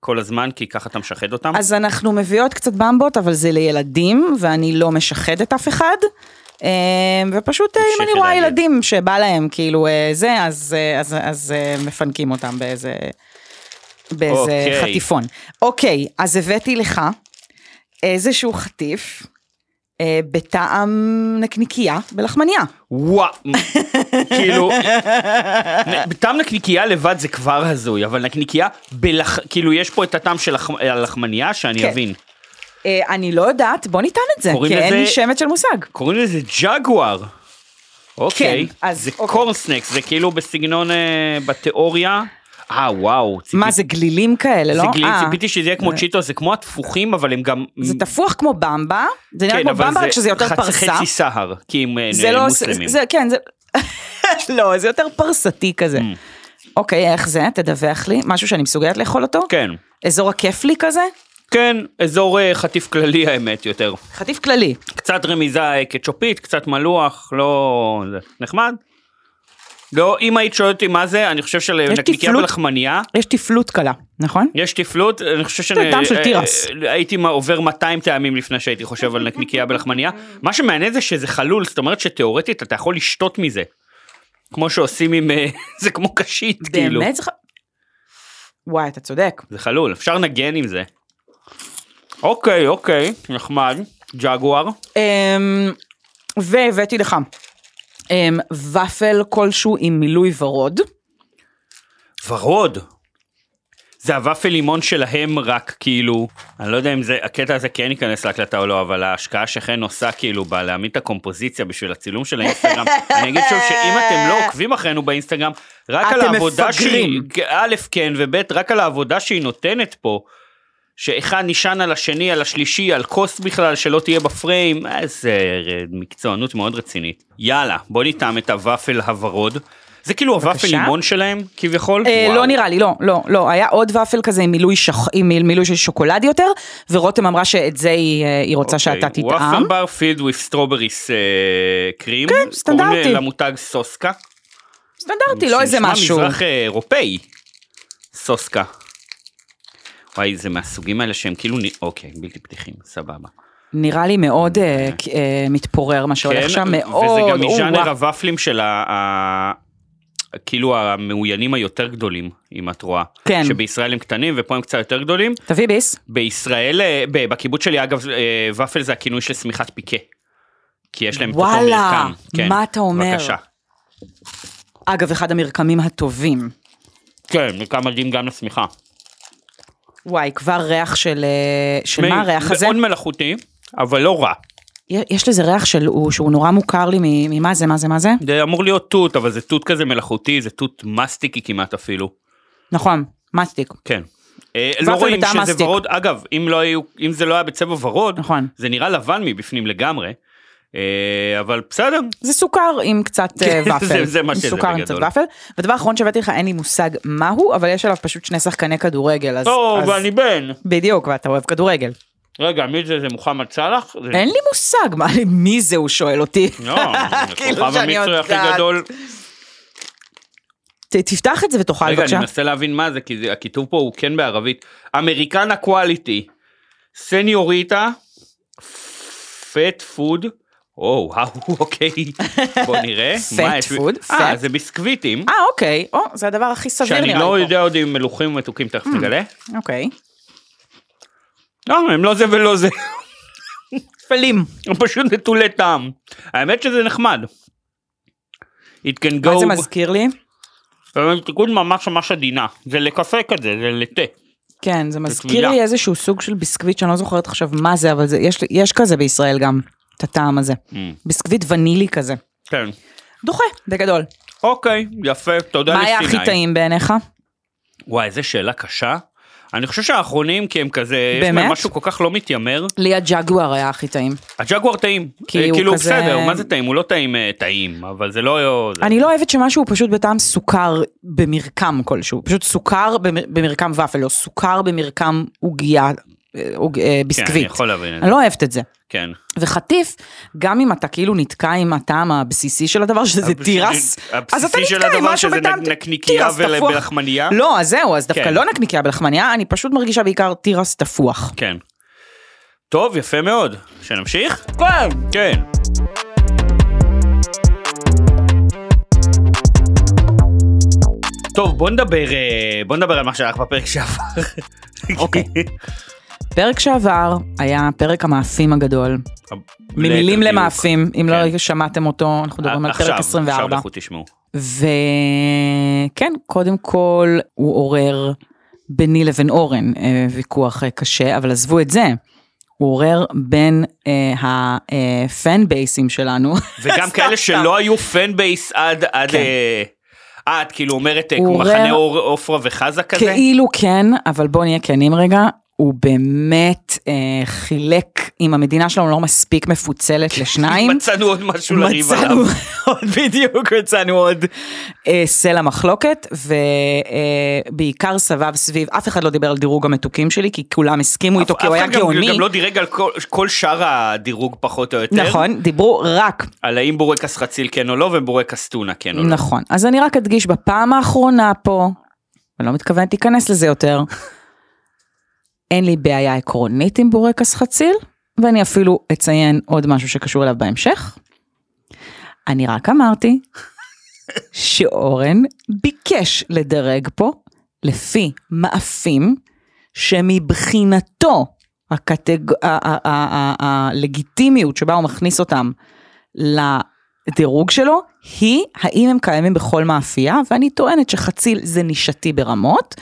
Speaker 2: כל הזמן, כי ככה אתה משחד אותם?
Speaker 1: אז אנחנו מביאות קצת במבות, אבל זה לילדים, ואני לא משחדת אף אחד. אה, ופשוט אה, אם אני
Speaker 2: תמשיכי
Speaker 1: רואה
Speaker 2: להגיד.
Speaker 1: ילדים שבא להם כאילו אה, זה, אז, אה, אז, אז אה, מפנקים אותם באיזה, באיזה
Speaker 2: אוקיי.
Speaker 1: חטיפון. אוקיי, אז הבאתי לך איזשהו חטיף אה, בטעם נקניקייה בלחמניה.
Speaker 2: וואו, כאילו, נ- טעם נקניקייה לבד זה כבר הזוי, אבל נקניקייה, בלח... כאילו יש פה את הטעם של הח- הלחמנייה שאני
Speaker 1: כן.
Speaker 2: אבין.
Speaker 1: אה, אני לא יודעת, בוא ניתן את זה,
Speaker 2: קוראים
Speaker 1: כי אין לי
Speaker 2: לזה-
Speaker 1: שמץ של מושג.
Speaker 2: קוראים לזה ג'גואר. אוקיי,
Speaker 1: אז-
Speaker 2: זה
Speaker 1: אוקיי.
Speaker 2: קורנסנקס, זה כאילו בסגנון, אה, בתיאוריה. אה, וואו. ציפי-
Speaker 1: מה זה גלילים כאלה,
Speaker 2: זה
Speaker 1: לא?
Speaker 2: גלי,
Speaker 1: אה.
Speaker 2: ציפיתי שזה יהיה כמו צ'יטו, זה כמו התפוחים, אבל הם גם...
Speaker 1: זה תפוח כמו במבה, זה נראה
Speaker 2: כן,
Speaker 1: כמו
Speaker 2: אבל
Speaker 1: במבה
Speaker 2: זה
Speaker 1: רק שזה יותר
Speaker 2: חצי-
Speaker 1: פרסה.
Speaker 2: חצי סהר, כי הם אה,
Speaker 1: זה לא, זה,
Speaker 2: מוסלמים.
Speaker 1: זה, כן, זה, [laughs] לא, זה יותר פרסתי כזה.
Speaker 2: Mm.
Speaker 1: אוקיי, איך זה? תדווח לי, משהו שאני מסוגלת לאכול אותו?
Speaker 2: כן,
Speaker 1: אזור הכיף לי כזה?
Speaker 2: כן, אזור אה, חטיף כללי האמת יותר.
Speaker 1: חטיף כללי.
Speaker 2: קצת רמיזה אה, קטשופית, קצת מלוח, לא... זה נחמד. לא, אם היית שואלת אותי מה זה, אני חושב שלנקניקיה
Speaker 1: תפלות.
Speaker 2: ולחמניה,
Speaker 1: יש תפלות קלה, נכון?
Speaker 2: יש תפלות, אני חושב ש...
Speaker 1: טעם של תירס.
Speaker 2: הייתי מה- עובר 200 טעמים לפני שהייתי חושב על נקניקייה ולחמניה. מה שמעניין זה שזה חלול, זאת אומרת שתיאורטית אתה יכול לשתות מזה. כמו שעושים עם... אה, [laughs] זה כמו קשית, כאילו.
Speaker 1: באמת זה ח... וואי, אתה צודק.
Speaker 2: זה חלול, אפשר לנגן עם זה. אוקיי, אוקיי, נחמד. ג'גואר.
Speaker 1: אמ, והבאתי לך אמ, ופל כלשהו עם מילוי ורוד.
Speaker 2: ורוד. זה הוואפל לימון שלהם רק כאילו, אני לא יודע אם זה, הקטע הזה כן ייכנס להקלטה או לא, אבל ההשקעה שחן עושה כאילו בלהעמיד את הקומפוזיציה בשביל הצילום של האינסטגרם, אני אגיד שוב שאם אתם לא עוקבים אחרינו באינסטגרם, רק על
Speaker 1: אתם
Speaker 2: העבודה שהיא,
Speaker 1: מפגרים.
Speaker 2: א' כן וב' רק על העבודה שהיא נותנת פה, שאחד נשען על השני, על השלישי, על כוס בכלל, שלא תהיה בפריים, איזה מקצוענות מאוד רצינית. יאללה, בוא נטעם את הוואפל הוורוד. זה כאילו הוואפל
Speaker 1: בבקשה.
Speaker 2: לימון שלהם, כביכול?
Speaker 1: אה,
Speaker 2: וואו.
Speaker 1: לא נראה לי, לא, לא, לא. היה עוד ופל כזה עם מילוי, שח... עם מיל- מילוי של שוקולד יותר, ורותם אמרה שאת זה היא, אה, היא רוצה שאתה תטעם.
Speaker 2: וואפר בר אוקיי. פילד וויף סטרובריס קרים.
Speaker 1: כן, סטנדרטי.
Speaker 2: קוראים ל- למותג סוסקה.
Speaker 1: סטנדרטי, לא איזה
Speaker 2: שנשמע
Speaker 1: משהו.
Speaker 2: מזרח אה, אירופאי. סוסקה. וואי, זה מהסוגים האלה שהם כאילו, נ- אוקיי, בלתי פתיחים, סבבה.
Speaker 1: נראה לי מאוד אה, כ- אה, מתפורר מה שהולך שם, מאוד.
Speaker 2: כן, וזה גם
Speaker 1: או,
Speaker 2: מז'אנר
Speaker 1: וואו.
Speaker 2: הוואפלים של ה... ה... כאילו המאוינים היותר גדולים, אם את רואה.
Speaker 1: כן.
Speaker 2: שבישראל הם קטנים ופה הם קצת יותר גדולים.
Speaker 1: תביא ביס.
Speaker 2: בישראל, אה, ב- בקיבוץ שלי אגב, אה, ופל זה הכינוי של שמיכת פיקה. כי יש להם את אותו מרקם.
Speaker 1: וואלה,
Speaker 2: כן,
Speaker 1: מה אתה אומר?
Speaker 2: בבקשה.
Speaker 1: אגב, אחד המרקמים הטובים.
Speaker 2: כן, מרקם מדהים גם לשמיכה.
Speaker 1: וואי, כבר ריח של... אה, של מה
Speaker 2: מי-
Speaker 1: הריח הזה?
Speaker 2: מאוד מלאכותי, אבל לא רע.
Speaker 1: יש לזה ריח של... הוא- שהוא נורא מוכר לי מ- ממה זה, מה זה, מה זה?
Speaker 2: זה אמור להיות תות, אבל זה תות כזה מלאכותי, זה תות מסטיקי כמעט אפילו. נכון.
Speaker 1: מסטיק.
Speaker 2: כן. אה,
Speaker 1: ופל
Speaker 2: לא רואים
Speaker 1: בטעם
Speaker 2: שזה
Speaker 1: מסטיק.
Speaker 2: ורוד, אגב, אם לא היו- אם זה לא היה בצבע ורוד,
Speaker 1: נכון.
Speaker 2: זה נראה לבן מבפנים לגמרי. אה, אבל בסדר,
Speaker 1: זה סוכר עם קצת אה,
Speaker 2: כן, זה-
Speaker 1: ופל.
Speaker 2: זה מה
Speaker 1: עם
Speaker 2: שזה
Speaker 1: סוכר עם קצת
Speaker 2: בגדול.
Speaker 1: ופל. ודבר אחרון שהבאתי לך, אין לי מושג מהו, אבל יש עליו פשוט שני שחקני כדורגל. אז-
Speaker 2: טוב,
Speaker 1: אז-
Speaker 2: אני בן. כן.
Speaker 1: בדיוק, ואתה אוהב כדורגל.
Speaker 2: רגע, מי זה? זה מוחמד סאלח? זה-
Speaker 1: אין לי מושג מה, מי זה הוא שואל אותי.
Speaker 2: לא,
Speaker 1: [laughs] כאילו
Speaker 2: הכוכב
Speaker 1: שאני
Speaker 2: המצרי הכי
Speaker 1: יודעת.
Speaker 2: גדול.
Speaker 1: ת- תפתח את זה ותאכל
Speaker 2: רגע, אני
Speaker 1: בבקשה.
Speaker 2: מנסה להבין מה זה, כי זה- הכיתוב פה הוא כן בערבית. אמריקנה קואליטי, סניוריטה, פט פוד, או, וואו, [laughs] אוקיי, בוא
Speaker 1: [laughs]
Speaker 2: נראה.
Speaker 1: Fat
Speaker 2: מה יש לי-
Speaker 1: food, fat.
Speaker 2: אה, זה ביסקוויטים,
Speaker 1: אה, אוקיי, או, זה הדבר הכי סביר
Speaker 2: שאני
Speaker 1: נראה
Speaker 2: לא
Speaker 1: לי פה.
Speaker 2: יודע עוד אם מלוכים או מתוקים, תכף נגלה.
Speaker 1: אוקיי.
Speaker 2: לא, הם לא זה ולא זה, [laughs]
Speaker 1: פלים.
Speaker 2: הם פשוט נטולי טעם. האמת שזה נחמד. It can go...
Speaker 1: מה זה מזכיר לי?
Speaker 2: זה תיקון ממש ממש עדינה. זה לקפה כזה, זה לתה.
Speaker 1: כן, זה מזכיר
Speaker 2: טבילה.
Speaker 1: לי איזשהו סוג של ביסקוויט שאני לא זוכרת עכשיו מה זה, אבל זה, יש, יש כזה בישראל גם, את הטעם הזה.
Speaker 2: Mm.
Speaker 1: ביסקוויט ונילי כזה.
Speaker 2: כן.
Speaker 1: דוחה, בגדול.
Speaker 2: אוקיי, יפה, תודה
Speaker 1: מה
Speaker 2: לסיני.
Speaker 1: היה הכי טעים בעיניך?
Speaker 2: וואי, איזה שאלה קשה. אני חושב שהאחרונים, כי הם כזה, יש
Speaker 1: באמת?
Speaker 2: להם משהו כל כך לא מתיימר.
Speaker 1: לי הג'גואר היה הכי טעים.
Speaker 2: הג'גואר טעים.
Speaker 1: כי
Speaker 2: אה,
Speaker 1: הוא
Speaker 2: כאילו,
Speaker 1: כזה-
Speaker 2: בסדר, מה זה טעים? הוא לא טעים אה, טעים, אבל זה לא... זה-
Speaker 1: אני לא אוהבת שמשהו הוא פשוט בטעם סוכר במרקם כלשהו. פשוט סוכר במ- במרקם ופל, או סוכר במרקם עוגיה, אה, עוג- אה, ביסקוויט.
Speaker 2: כן, אני יכול להבין את זה.
Speaker 1: אני לא אוהבת את זה.
Speaker 2: כן.
Speaker 1: וחטיף, גם אם אתה כאילו נתקע עם הטעם הבסיסי של הדבר, שזה
Speaker 2: הבסיסי-
Speaker 1: תירס, אז
Speaker 2: הבסיסי
Speaker 1: אתה
Speaker 2: של
Speaker 1: נתקע עם
Speaker 2: הדבר
Speaker 1: משהו
Speaker 2: שזה
Speaker 1: בטעם
Speaker 2: נק- נקניקייה
Speaker 1: תירס תפוח.
Speaker 2: ולחמנייה?
Speaker 1: לא, אז זהו, אז דווקא
Speaker 2: כן.
Speaker 1: לא נקניקיה בלחמניה, אני פשוט מרגישה בעיקר תירס תפוח.
Speaker 2: כן. טוב, יפה מאוד. שנמשיך? כן. טוב, בוא נדבר, אה, בוא נדבר על מה שהיה לך בפרק שעבר.
Speaker 1: אוקיי. פרק שעבר היה פרק המאפים הגדול. ממילים
Speaker 2: ליתר
Speaker 1: למאפים, אם
Speaker 2: כן.
Speaker 1: לא שמעתם אותו, אנחנו
Speaker 2: דיוק.
Speaker 1: מדברים על
Speaker 2: עכשיו,
Speaker 1: פרק 24.
Speaker 2: עכשיו לכו תשמעו.
Speaker 1: וכן, קודם כל הוא עורר ביני לבין אורן אה, ויכוח אה, קשה, אבל עזבו את זה. הוא עורר בין אה, הפן בייסים
Speaker 2: [laughs]
Speaker 1: שלנו.
Speaker 2: וגם
Speaker 1: [laughs] סתם, סתם.
Speaker 2: כאלה שלא היו פן בייס עד, עד,
Speaker 1: כן.
Speaker 2: אה, אה, את כאילו אומרת אה,
Speaker 1: הוא
Speaker 2: כמו
Speaker 1: עורר-
Speaker 2: מחנה אור- עופרה וחזה כזה?
Speaker 1: כאילו כן, אבל בואו נהיה כנים רגע, הוא באמת אה, חילק, אם המדינה שלנו לא מספיק
Speaker 2: כן,
Speaker 1: מפוצלת לשניים,
Speaker 2: מצאנו עוד משהו לריב עליו.
Speaker 1: מצאנו [laughs] עוד, בדיוק מצאנו עוד אה, סלע מחלוקת, ובעיקר סבב סביב, אף אחד לא דיבר על דירוג המתוקים שלי, כי כולם הסכימו איתו,
Speaker 2: אף-
Speaker 1: כי אוקיי, הוא
Speaker 2: אף
Speaker 1: היה
Speaker 2: אחד גם-
Speaker 1: גאוני.
Speaker 2: גם לא דירג על כל- כל שאר הדירוג פחות או יותר.
Speaker 1: נכון, דיברו רק
Speaker 2: על האם בורקס חציל כן או לא ובורקס טונה כן או לא.
Speaker 1: נכון. אז אני רק אדגיש בפעם האחרונה פה, ולא מתכוונת להיכנס לזה יותר, אין לי בעיה עקרונית עם בורקס חציל, ואני אפילו אציין עוד משהו שקשור אליו בהמשך. אני רק אמרתי שאורן ביקש לדרג פה לפי מאפים שמבחינתו הקטג... ה- ה- ה- ה- הלגיטימיות שבה הוא מכניס אותם לדירוג שלו, היא האם הם קיימים בכל מאפייה, ואני טוענת שחציל זה נישתי ברמות,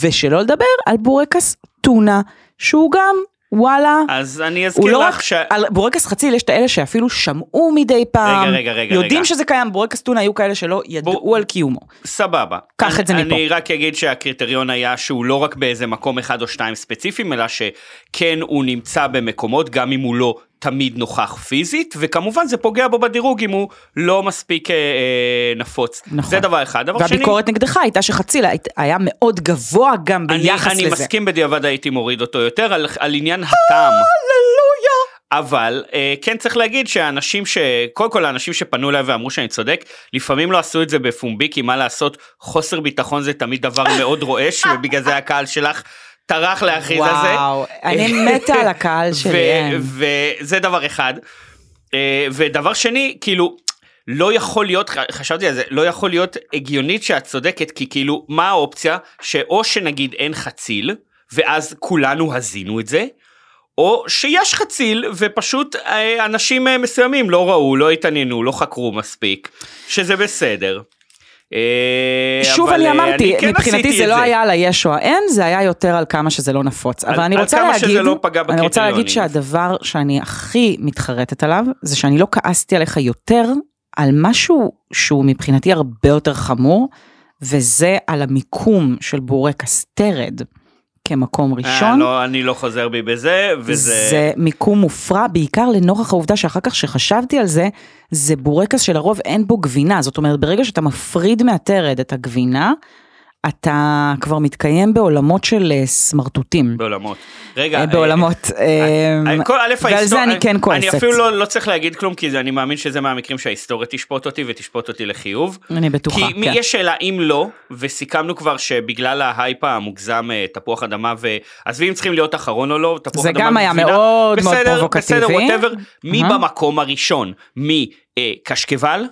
Speaker 1: ושלא לדבר על בורקס טונה, שהוא גם, וואלה,
Speaker 2: אז אני
Speaker 1: הוא
Speaker 2: אזכיר
Speaker 1: לא
Speaker 2: לך
Speaker 1: רק,
Speaker 2: ש...
Speaker 1: ש... על בורקס חציל יש את האלה שאפילו שמעו מדי פעם,
Speaker 2: רגע, רגע,
Speaker 1: יודעים
Speaker 2: רגע.
Speaker 1: שזה קיים, בורקס טונה היו כאלה שלא ידעו
Speaker 2: בור-
Speaker 1: על קיומו.
Speaker 2: סבבה.
Speaker 1: קח את זה
Speaker 2: אני-
Speaker 1: מפה.
Speaker 2: אני רק אגיד שהקריטריון היה שהוא לא רק באיזה מקום אחד או שתיים ספציפיים, אלא שכן הוא נמצא במקומות, גם אם הוא לא תמיד נוכח פיזית, וכמובן זה פוגע בו בדירוג אם הוא לא מספיק אה, אה, נפוץ.
Speaker 1: נכון.
Speaker 2: זה דבר אחד. דבר שני...
Speaker 1: והביקורת נגדך הייתה שחציל היית- היה מאוד גבוה גם
Speaker 2: אני,
Speaker 1: ביחס
Speaker 2: אני
Speaker 1: לזה.
Speaker 2: מסכים בדיעבד הייתי מוריד אותו יותר על, על עניין הטעם. אבל אה, כן צריך להגיד שהאנשים ש... קודם כל האנשים שפנו אליי ואמרו שאני צודק, לפעמים לא עשו את זה בפומבי, כי מה לעשות, חוסר ביטחון זה תמיד דבר מאוד רועש, ובגלל זה הקהל שלך טרח להכריז על זה.
Speaker 1: וואו,
Speaker 2: [laughs]
Speaker 1: אני מתה על הקהל שלי. אין.
Speaker 2: ו- וזה דבר אחד. אה, ודבר שני, כאילו, לא יכול להיות, ח- חשבתי על זה, לא יכול להיות הגיונית שאת צודקת, כי כאילו, מה האופציה? שאו שנגיד אין חציל, ואז כולנו הזינו את זה, או שיש חציל, ופשוט אה, אנשים אה, מסוימים לא ראו, לא התעניינו, לא חקרו מספיק, שזה בסדר. אה,
Speaker 1: שוב
Speaker 2: אבל,
Speaker 1: אני
Speaker 2: אה,
Speaker 1: אמרתי,
Speaker 2: כן עשיתי
Speaker 1: מבחינתי
Speaker 2: את
Speaker 1: זה לא היה על היש או האין, זה היה יותר על כמה שזה לא נפוץ. אבל
Speaker 2: על-
Speaker 1: אני
Speaker 2: על
Speaker 1: רוצה
Speaker 2: כמה
Speaker 1: להגיד,
Speaker 2: שזה לא פגע
Speaker 1: אני רוצה להגיד
Speaker 2: בקריטריונים.
Speaker 1: שהדבר שאני הכי מתחרטת עליו, זה שאני לא כעסתי עליך יותר על משהו שהוא מבחינתי הרבה יותר חמור, וזה על המיקום של בורקס תרד כמקום
Speaker 2: אה,
Speaker 1: ראשון.
Speaker 2: לא, אני לא חוזר בי בזה, וזה...
Speaker 1: זה מיקום מופרע, בעיקר לנוכח העובדה שאחר כך שחשבתי על זה, זה בורקס שלרוב אין בו גבינה. זאת אומרת, ברגע שאתה מפריד מהתרד את הגבינה, אתה כבר מתקיים בעולמות של אה, סמרטוטים.
Speaker 2: בעולמות. רגע,
Speaker 1: אה,
Speaker 2: אה,
Speaker 1: בעולמות. אה,
Speaker 2: כל, א',
Speaker 1: ועל
Speaker 2: ההיסטור-
Speaker 1: זה אני כן כועסת.
Speaker 2: אני אפילו לא, לא צריך להגיד כלום, כי זה, אני מאמין שזה מהמקרים שההיסטוריה תשפוט אותי ותשפוט אותי לחיוב.
Speaker 1: אני בטוחה,
Speaker 2: אה, כי מי-
Speaker 1: כן.
Speaker 2: יש שאלה אם לא, וסיכמנו כבר שבגלל ההייפ המוגזם אה, תפוח אדמה, ועזבי אם צריכים להיות אחרון או לא, תפוח
Speaker 1: זה
Speaker 2: אדמה
Speaker 1: גם היה
Speaker 2: וגבינה.
Speaker 1: מאוד מאוד
Speaker 2: בסדר,
Speaker 1: פרובוקטיבי.
Speaker 2: בסדר, whatever. מי
Speaker 1: אהה.
Speaker 2: במקום הראשון? מי אה, קשקבל?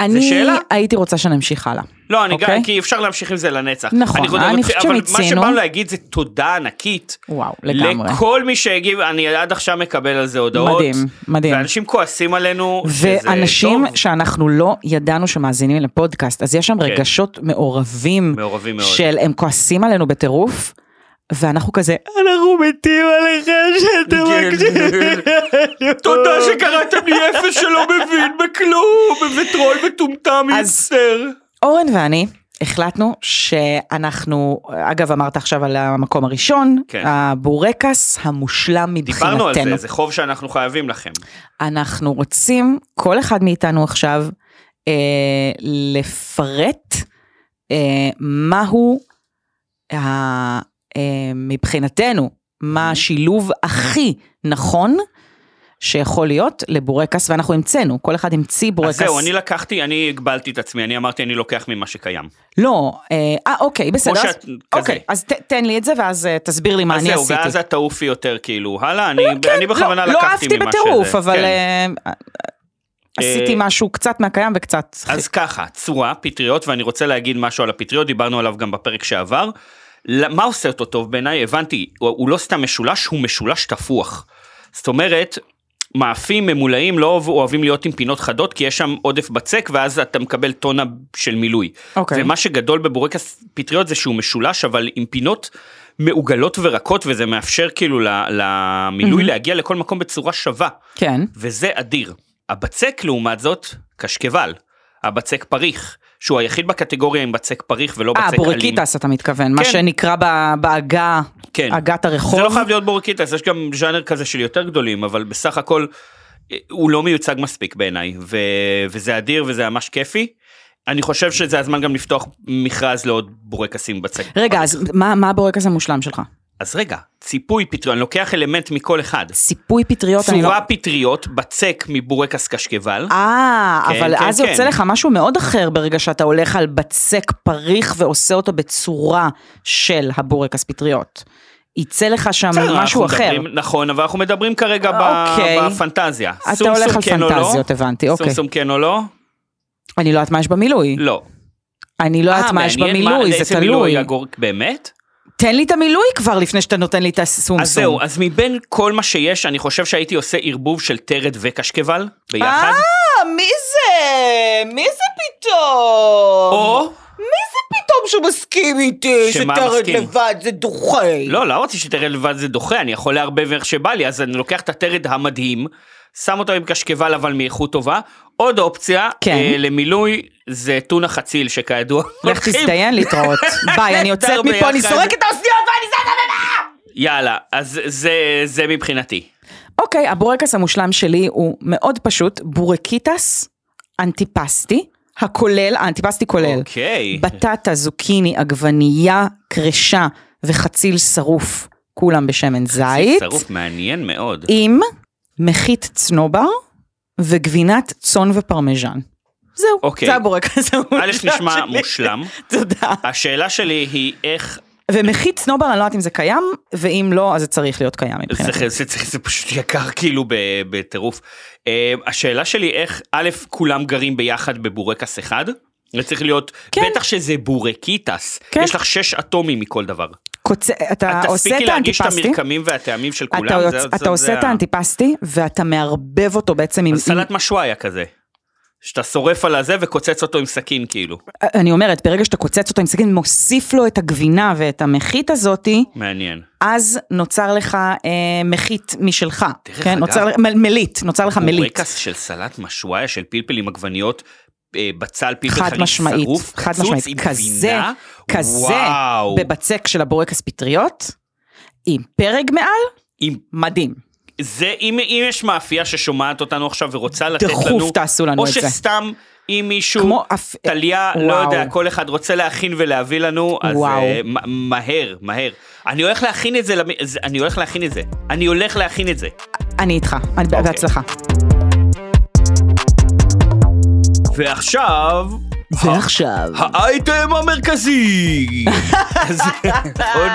Speaker 1: אני
Speaker 2: שאלה?
Speaker 1: הייתי רוצה שנמשיך הלאה.
Speaker 2: לא, אני
Speaker 1: אוקיי.
Speaker 2: גם, כי אפשר להמשיך עם זה לנצח.
Speaker 1: נכון,
Speaker 2: עוד
Speaker 1: אני
Speaker 2: רוצה-
Speaker 1: חושבת
Speaker 2: אבל מה
Speaker 1: שמיצינו.
Speaker 2: שבאנו להגיד זה תודה ענקית.
Speaker 1: וואו, לגמרי.
Speaker 2: לכל מי שהגיב, אני עד עכשיו מקבל על זה הודעות.
Speaker 1: מדהים, מדהים.
Speaker 2: ואנשים כועסים עלינו,
Speaker 1: ואנשים
Speaker 2: שזה טוב. כן.
Speaker 1: שאנחנו לא ידענו שמאזינים לפודקאסט, אז יש שם רגשות מעורבים,
Speaker 2: מעורבים מאוד.
Speaker 1: של הם כועסים עלינו בטירוף, ואנחנו כזה, אנחנו מתים עליכם שאתם
Speaker 2: כן.
Speaker 1: מקשיבים.
Speaker 2: תודה שקראתם לי אפס שלא מבין בכלום, ווטרול מטומטם
Speaker 1: אז-
Speaker 2: יצטר.
Speaker 1: אורן ואני החלטנו שאנחנו, אגב אמרת עכשיו על המקום הראשון,
Speaker 2: כן.
Speaker 1: הבורקס המושלם מבחינתנו.
Speaker 2: דיברנו על זה, זה חוב שאנחנו חייבים לכם.
Speaker 1: אנחנו רוצים, כל אחד מאיתנו עכשיו, אה, לפרט אה, מהו ה, אה, מבחינתנו,
Speaker 2: אוקיי.
Speaker 1: מה השילוב הכי נכון שיכול להיות לבורקס, ואנחנו המצאנו, כל אחד המציא
Speaker 2: אז
Speaker 1: בורקס.
Speaker 2: זהו, אני לא- לקחתי, אני הגבלתי את עצמי, אני אמרתי אני לוקח ממה שקיים.
Speaker 1: לא, אה, אה, אוקיי, בסדר.
Speaker 2: כמו
Speaker 1: אז-
Speaker 2: שאת-
Speaker 1: אוקיי,
Speaker 2: כזה.
Speaker 1: אז ת, תן לי את זה, ואז אה, תסביר לי מה
Speaker 2: אז
Speaker 1: אני
Speaker 2: זהו,
Speaker 1: עשיתי.
Speaker 2: ואז את תעופי יותר כאילו, הלאה, אני אני
Speaker 1: לא,
Speaker 2: בכוונה
Speaker 1: לא
Speaker 2: לקחתי
Speaker 1: אהבתי
Speaker 2: ממה שזה.
Speaker 1: בטירוף, אבל
Speaker 2: כן.
Speaker 1: אה,
Speaker 2: אה,
Speaker 1: עשיתי משהו קצת מהקיים וקצת...
Speaker 2: אז ככה, צורה, פטריות, ואני רוצה להגיד משהו על הפטריות, דיברנו עליו גם בפרק שעבר. ל- מה עושה אותו טוב בעיניי? הבנתי, הוא, הוא לא סתם משולש, הוא משולש תפוח. זאת אומרת, מאפים ממולאים לא אוהב- אוהבים להיות עם פינות חדות, כי יש שם עודף בצק, ואז אתה מקבל טונה של מילוי.
Speaker 1: אוקיי.
Speaker 2: ומה שגדול בבורקס פטריות זה שהוא משולש, אבל עם פינות מעוגלות ורקות, וזה מאפשר כאילו ל- למילוי להגיע לכל מקום בצורה שווה.
Speaker 1: כן.
Speaker 2: וזה אדיר. הבצק לעומת זאת, קשקבל. הבצק פריך, שהוא היחיד בקטגוריה עם בצק פריך ולא בצק
Speaker 1: אה,
Speaker 2: אלים.
Speaker 1: בורקיטס אתה מתכוון, מה
Speaker 2: כן.
Speaker 1: שנקרא ב- בעגה,
Speaker 2: כן.
Speaker 1: עגת הרחוב.
Speaker 2: זה לא חייב להיות בורקיטס, יש גם ז'אנר כזה של יותר גדולים, אבל בסך הכל אה, הוא לא מיוצג מספיק בעיניי, ו... וזה אדיר וזה ממש כיפי. אני חושב שזה הזמן גם לפתוח מכרז לעוד בורקסים בצק.
Speaker 1: רגע, אז מה מה הבורקס המושלם שלך?
Speaker 2: אז רגע, ציפוי פטריות, אני לוקח אלמנט מכל אחד.
Speaker 1: ציפוי פטריות, אני לא...
Speaker 2: צורה פטריות, בצק מבורקס קשקבל.
Speaker 1: אה,
Speaker 2: כן,
Speaker 1: אבל
Speaker 2: כן,
Speaker 1: אז
Speaker 2: כן.
Speaker 1: יוצא לך משהו מאוד אחר ברגע שאתה הולך על בצק פריך ועושה אותו בצורה של הבורקס פטריות. יצא לך שם
Speaker 2: בסדר,
Speaker 1: משהו
Speaker 2: אנחנו
Speaker 1: אחר.
Speaker 2: מדברים, נכון, אבל אנחנו מדברים כרגע ב-
Speaker 1: אוקיי.
Speaker 2: בפנטזיה.
Speaker 1: אתה
Speaker 2: סומסום
Speaker 1: הולך על
Speaker 2: כן או לא?
Speaker 1: פנטזיות, הבנתי, אוקיי.
Speaker 2: סומסום כן או לא?
Speaker 1: אני לא יודעת מה יש במילוי.
Speaker 2: לא.
Speaker 1: אני לא יודעת
Speaker 2: אה,
Speaker 1: מה יש
Speaker 2: מעניין
Speaker 1: במילוי, זה
Speaker 2: איזה
Speaker 1: תלוי.
Speaker 2: מילוי הגור- באמת?
Speaker 1: תן לי את המילוי כבר לפני שאתה נותן לי את הסומסום.
Speaker 2: אז זהו, אז מבין כל מה שיש, אני חושב שהייתי עושה ערבוב של טרד וקשקבל ביחד.
Speaker 1: אה, מי זה? מי זה פתאום?
Speaker 2: או,
Speaker 1: פתאום שהוא מסכים איתי,
Speaker 2: שמה מסכים?
Speaker 1: לבד זה דוחה.
Speaker 2: לא, לא אמרתי שטרד לבד זה דוחה, אני יכול לערבב איך שבא לי, אז אני לוקח את הטרד המדהים, שם אותו עם קשקבל אבל מאיכות טובה. עוד אופציה
Speaker 1: כן.
Speaker 2: אה, למילוי זה טונה חציל, שכידוע...
Speaker 1: לך
Speaker 2: לוקחים.
Speaker 1: תזדיין
Speaker 2: [laughs]
Speaker 1: להתראות. ביי, אני יוצאת
Speaker 2: נהדר
Speaker 1: מפה, אני
Speaker 2: לא ביחד.
Speaker 1: סורקת את האוזניות ואני זזה
Speaker 2: יאללה, אז זה, זה מבחינתי.
Speaker 1: אוקיי, הבורקס המושלם שלי הוא מאוד פשוט, בורקיטס אנטיפסטי, הכולל, האנטיפסטי כולל.
Speaker 2: אוקיי.
Speaker 1: בטטה, זוקיני, עגבנייה, קרשה וחציל שרוף, כולם בשמן זית.
Speaker 2: צירוף מעניין מאוד.
Speaker 1: עם מחית צנובר וגבינת צאן ופרמיז'ן. זהו,
Speaker 2: אוקיי.
Speaker 1: זה הבורקס המושלם
Speaker 2: א'
Speaker 1: [laughs]
Speaker 2: נשמע
Speaker 1: שלי.
Speaker 2: מושלם.
Speaker 1: תודה.
Speaker 2: השאלה שלי היא איך,
Speaker 1: ומחית צנובר, אני לא יודעת אם זה קיים, ואם לא, אז זה צריך להיות קיים
Speaker 2: זה,
Speaker 1: מבחינתי.
Speaker 2: זה, זה, זה פשוט יקר כאילו ב- בטירוף. אה, השאלה שלי איך, א', כולם גרים ביחד בבורקס אחד? זה צריך להיות,
Speaker 1: כן.
Speaker 2: בטח שזה בורקיטס.
Speaker 1: כן.
Speaker 2: יש לך שש אטומים מכל דבר.
Speaker 1: קוצ... אתה
Speaker 2: את
Speaker 1: עושה
Speaker 2: תספיקי
Speaker 1: את
Speaker 2: להרגיש אה, את
Speaker 1: האנטיפסטי,
Speaker 2: המרקמים והטעמים של כולם.
Speaker 1: אתה,
Speaker 2: זה-
Speaker 1: יוצ...
Speaker 2: זה-
Speaker 1: אתה עושה
Speaker 2: זה
Speaker 1: את
Speaker 2: ה-
Speaker 1: האנטיפסטי, ואתה מערבב אותו בעצם עם...
Speaker 2: אז סלט משוואיה כזה. שאתה שורף על הזה וקוצץ אותו עם סכין כאילו.
Speaker 1: עם... אני אומרת, ברגע שאתה קוצץ אותו עם סכין, מוסיף לו את הגבינה ואת המחית הזאתי,
Speaker 2: מעניין.
Speaker 1: אז נוצר לך אה, מחית משלך.
Speaker 2: דרך
Speaker 1: כן,
Speaker 2: אגב,
Speaker 1: נוצר לך מ- מלית, נוצר לך מלית.
Speaker 2: בורקס של סלט משוואיה של פלפל עם עגבניות. אה, בצל פלפל
Speaker 1: חד
Speaker 2: חריף
Speaker 1: משמעית,
Speaker 2: שרוף,
Speaker 1: חד
Speaker 2: קצוץ
Speaker 1: משמעית,
Speaker 2: עם
Speaker 1: כזה,
Speaker 2: גבינה.
Speaker 1: כזה,
Speaker 2: וואו,
Speaker 1: בבצק של הבורקס פטריות, עם פרק מעל,
Speaker 2: אם,
Speaker 1: מדהים.
Speaker 2: זה, אם, אם יש מאפייה ששומעת אותנו עכשיו ורוצה לתת לנו,
Speaker 1: דחוף תעשו לנו
Speaker 2: או
Speaker 1: את זה.
Speaker 2: שסתם אם מישהו,
Speaker 1: כמו אף...
Speaker 2: טליה,
Speaker 1: וואו.
Speaker 2: לא יודע, כל אחד רוצה להכין ולהביא לנו, אז
Speaker 1: וואו.
Speaker 2: אה, מה- מהר, מהר. אני הולך להכין את זה, למ- זה- אני הולך להכין את זה. אני הולך להכין את זה.
Speaker 1: אני איתך, אני
Speaker 2: אוקיי.
Speaker 1: בהצלחה.
Speaker 2: ועכשיו,
Speaker 1: ועכשיו.
Speaker 2: האייטם המרכזי.
Speaker 1: [laughs]
Speaker 2: אז- נכון?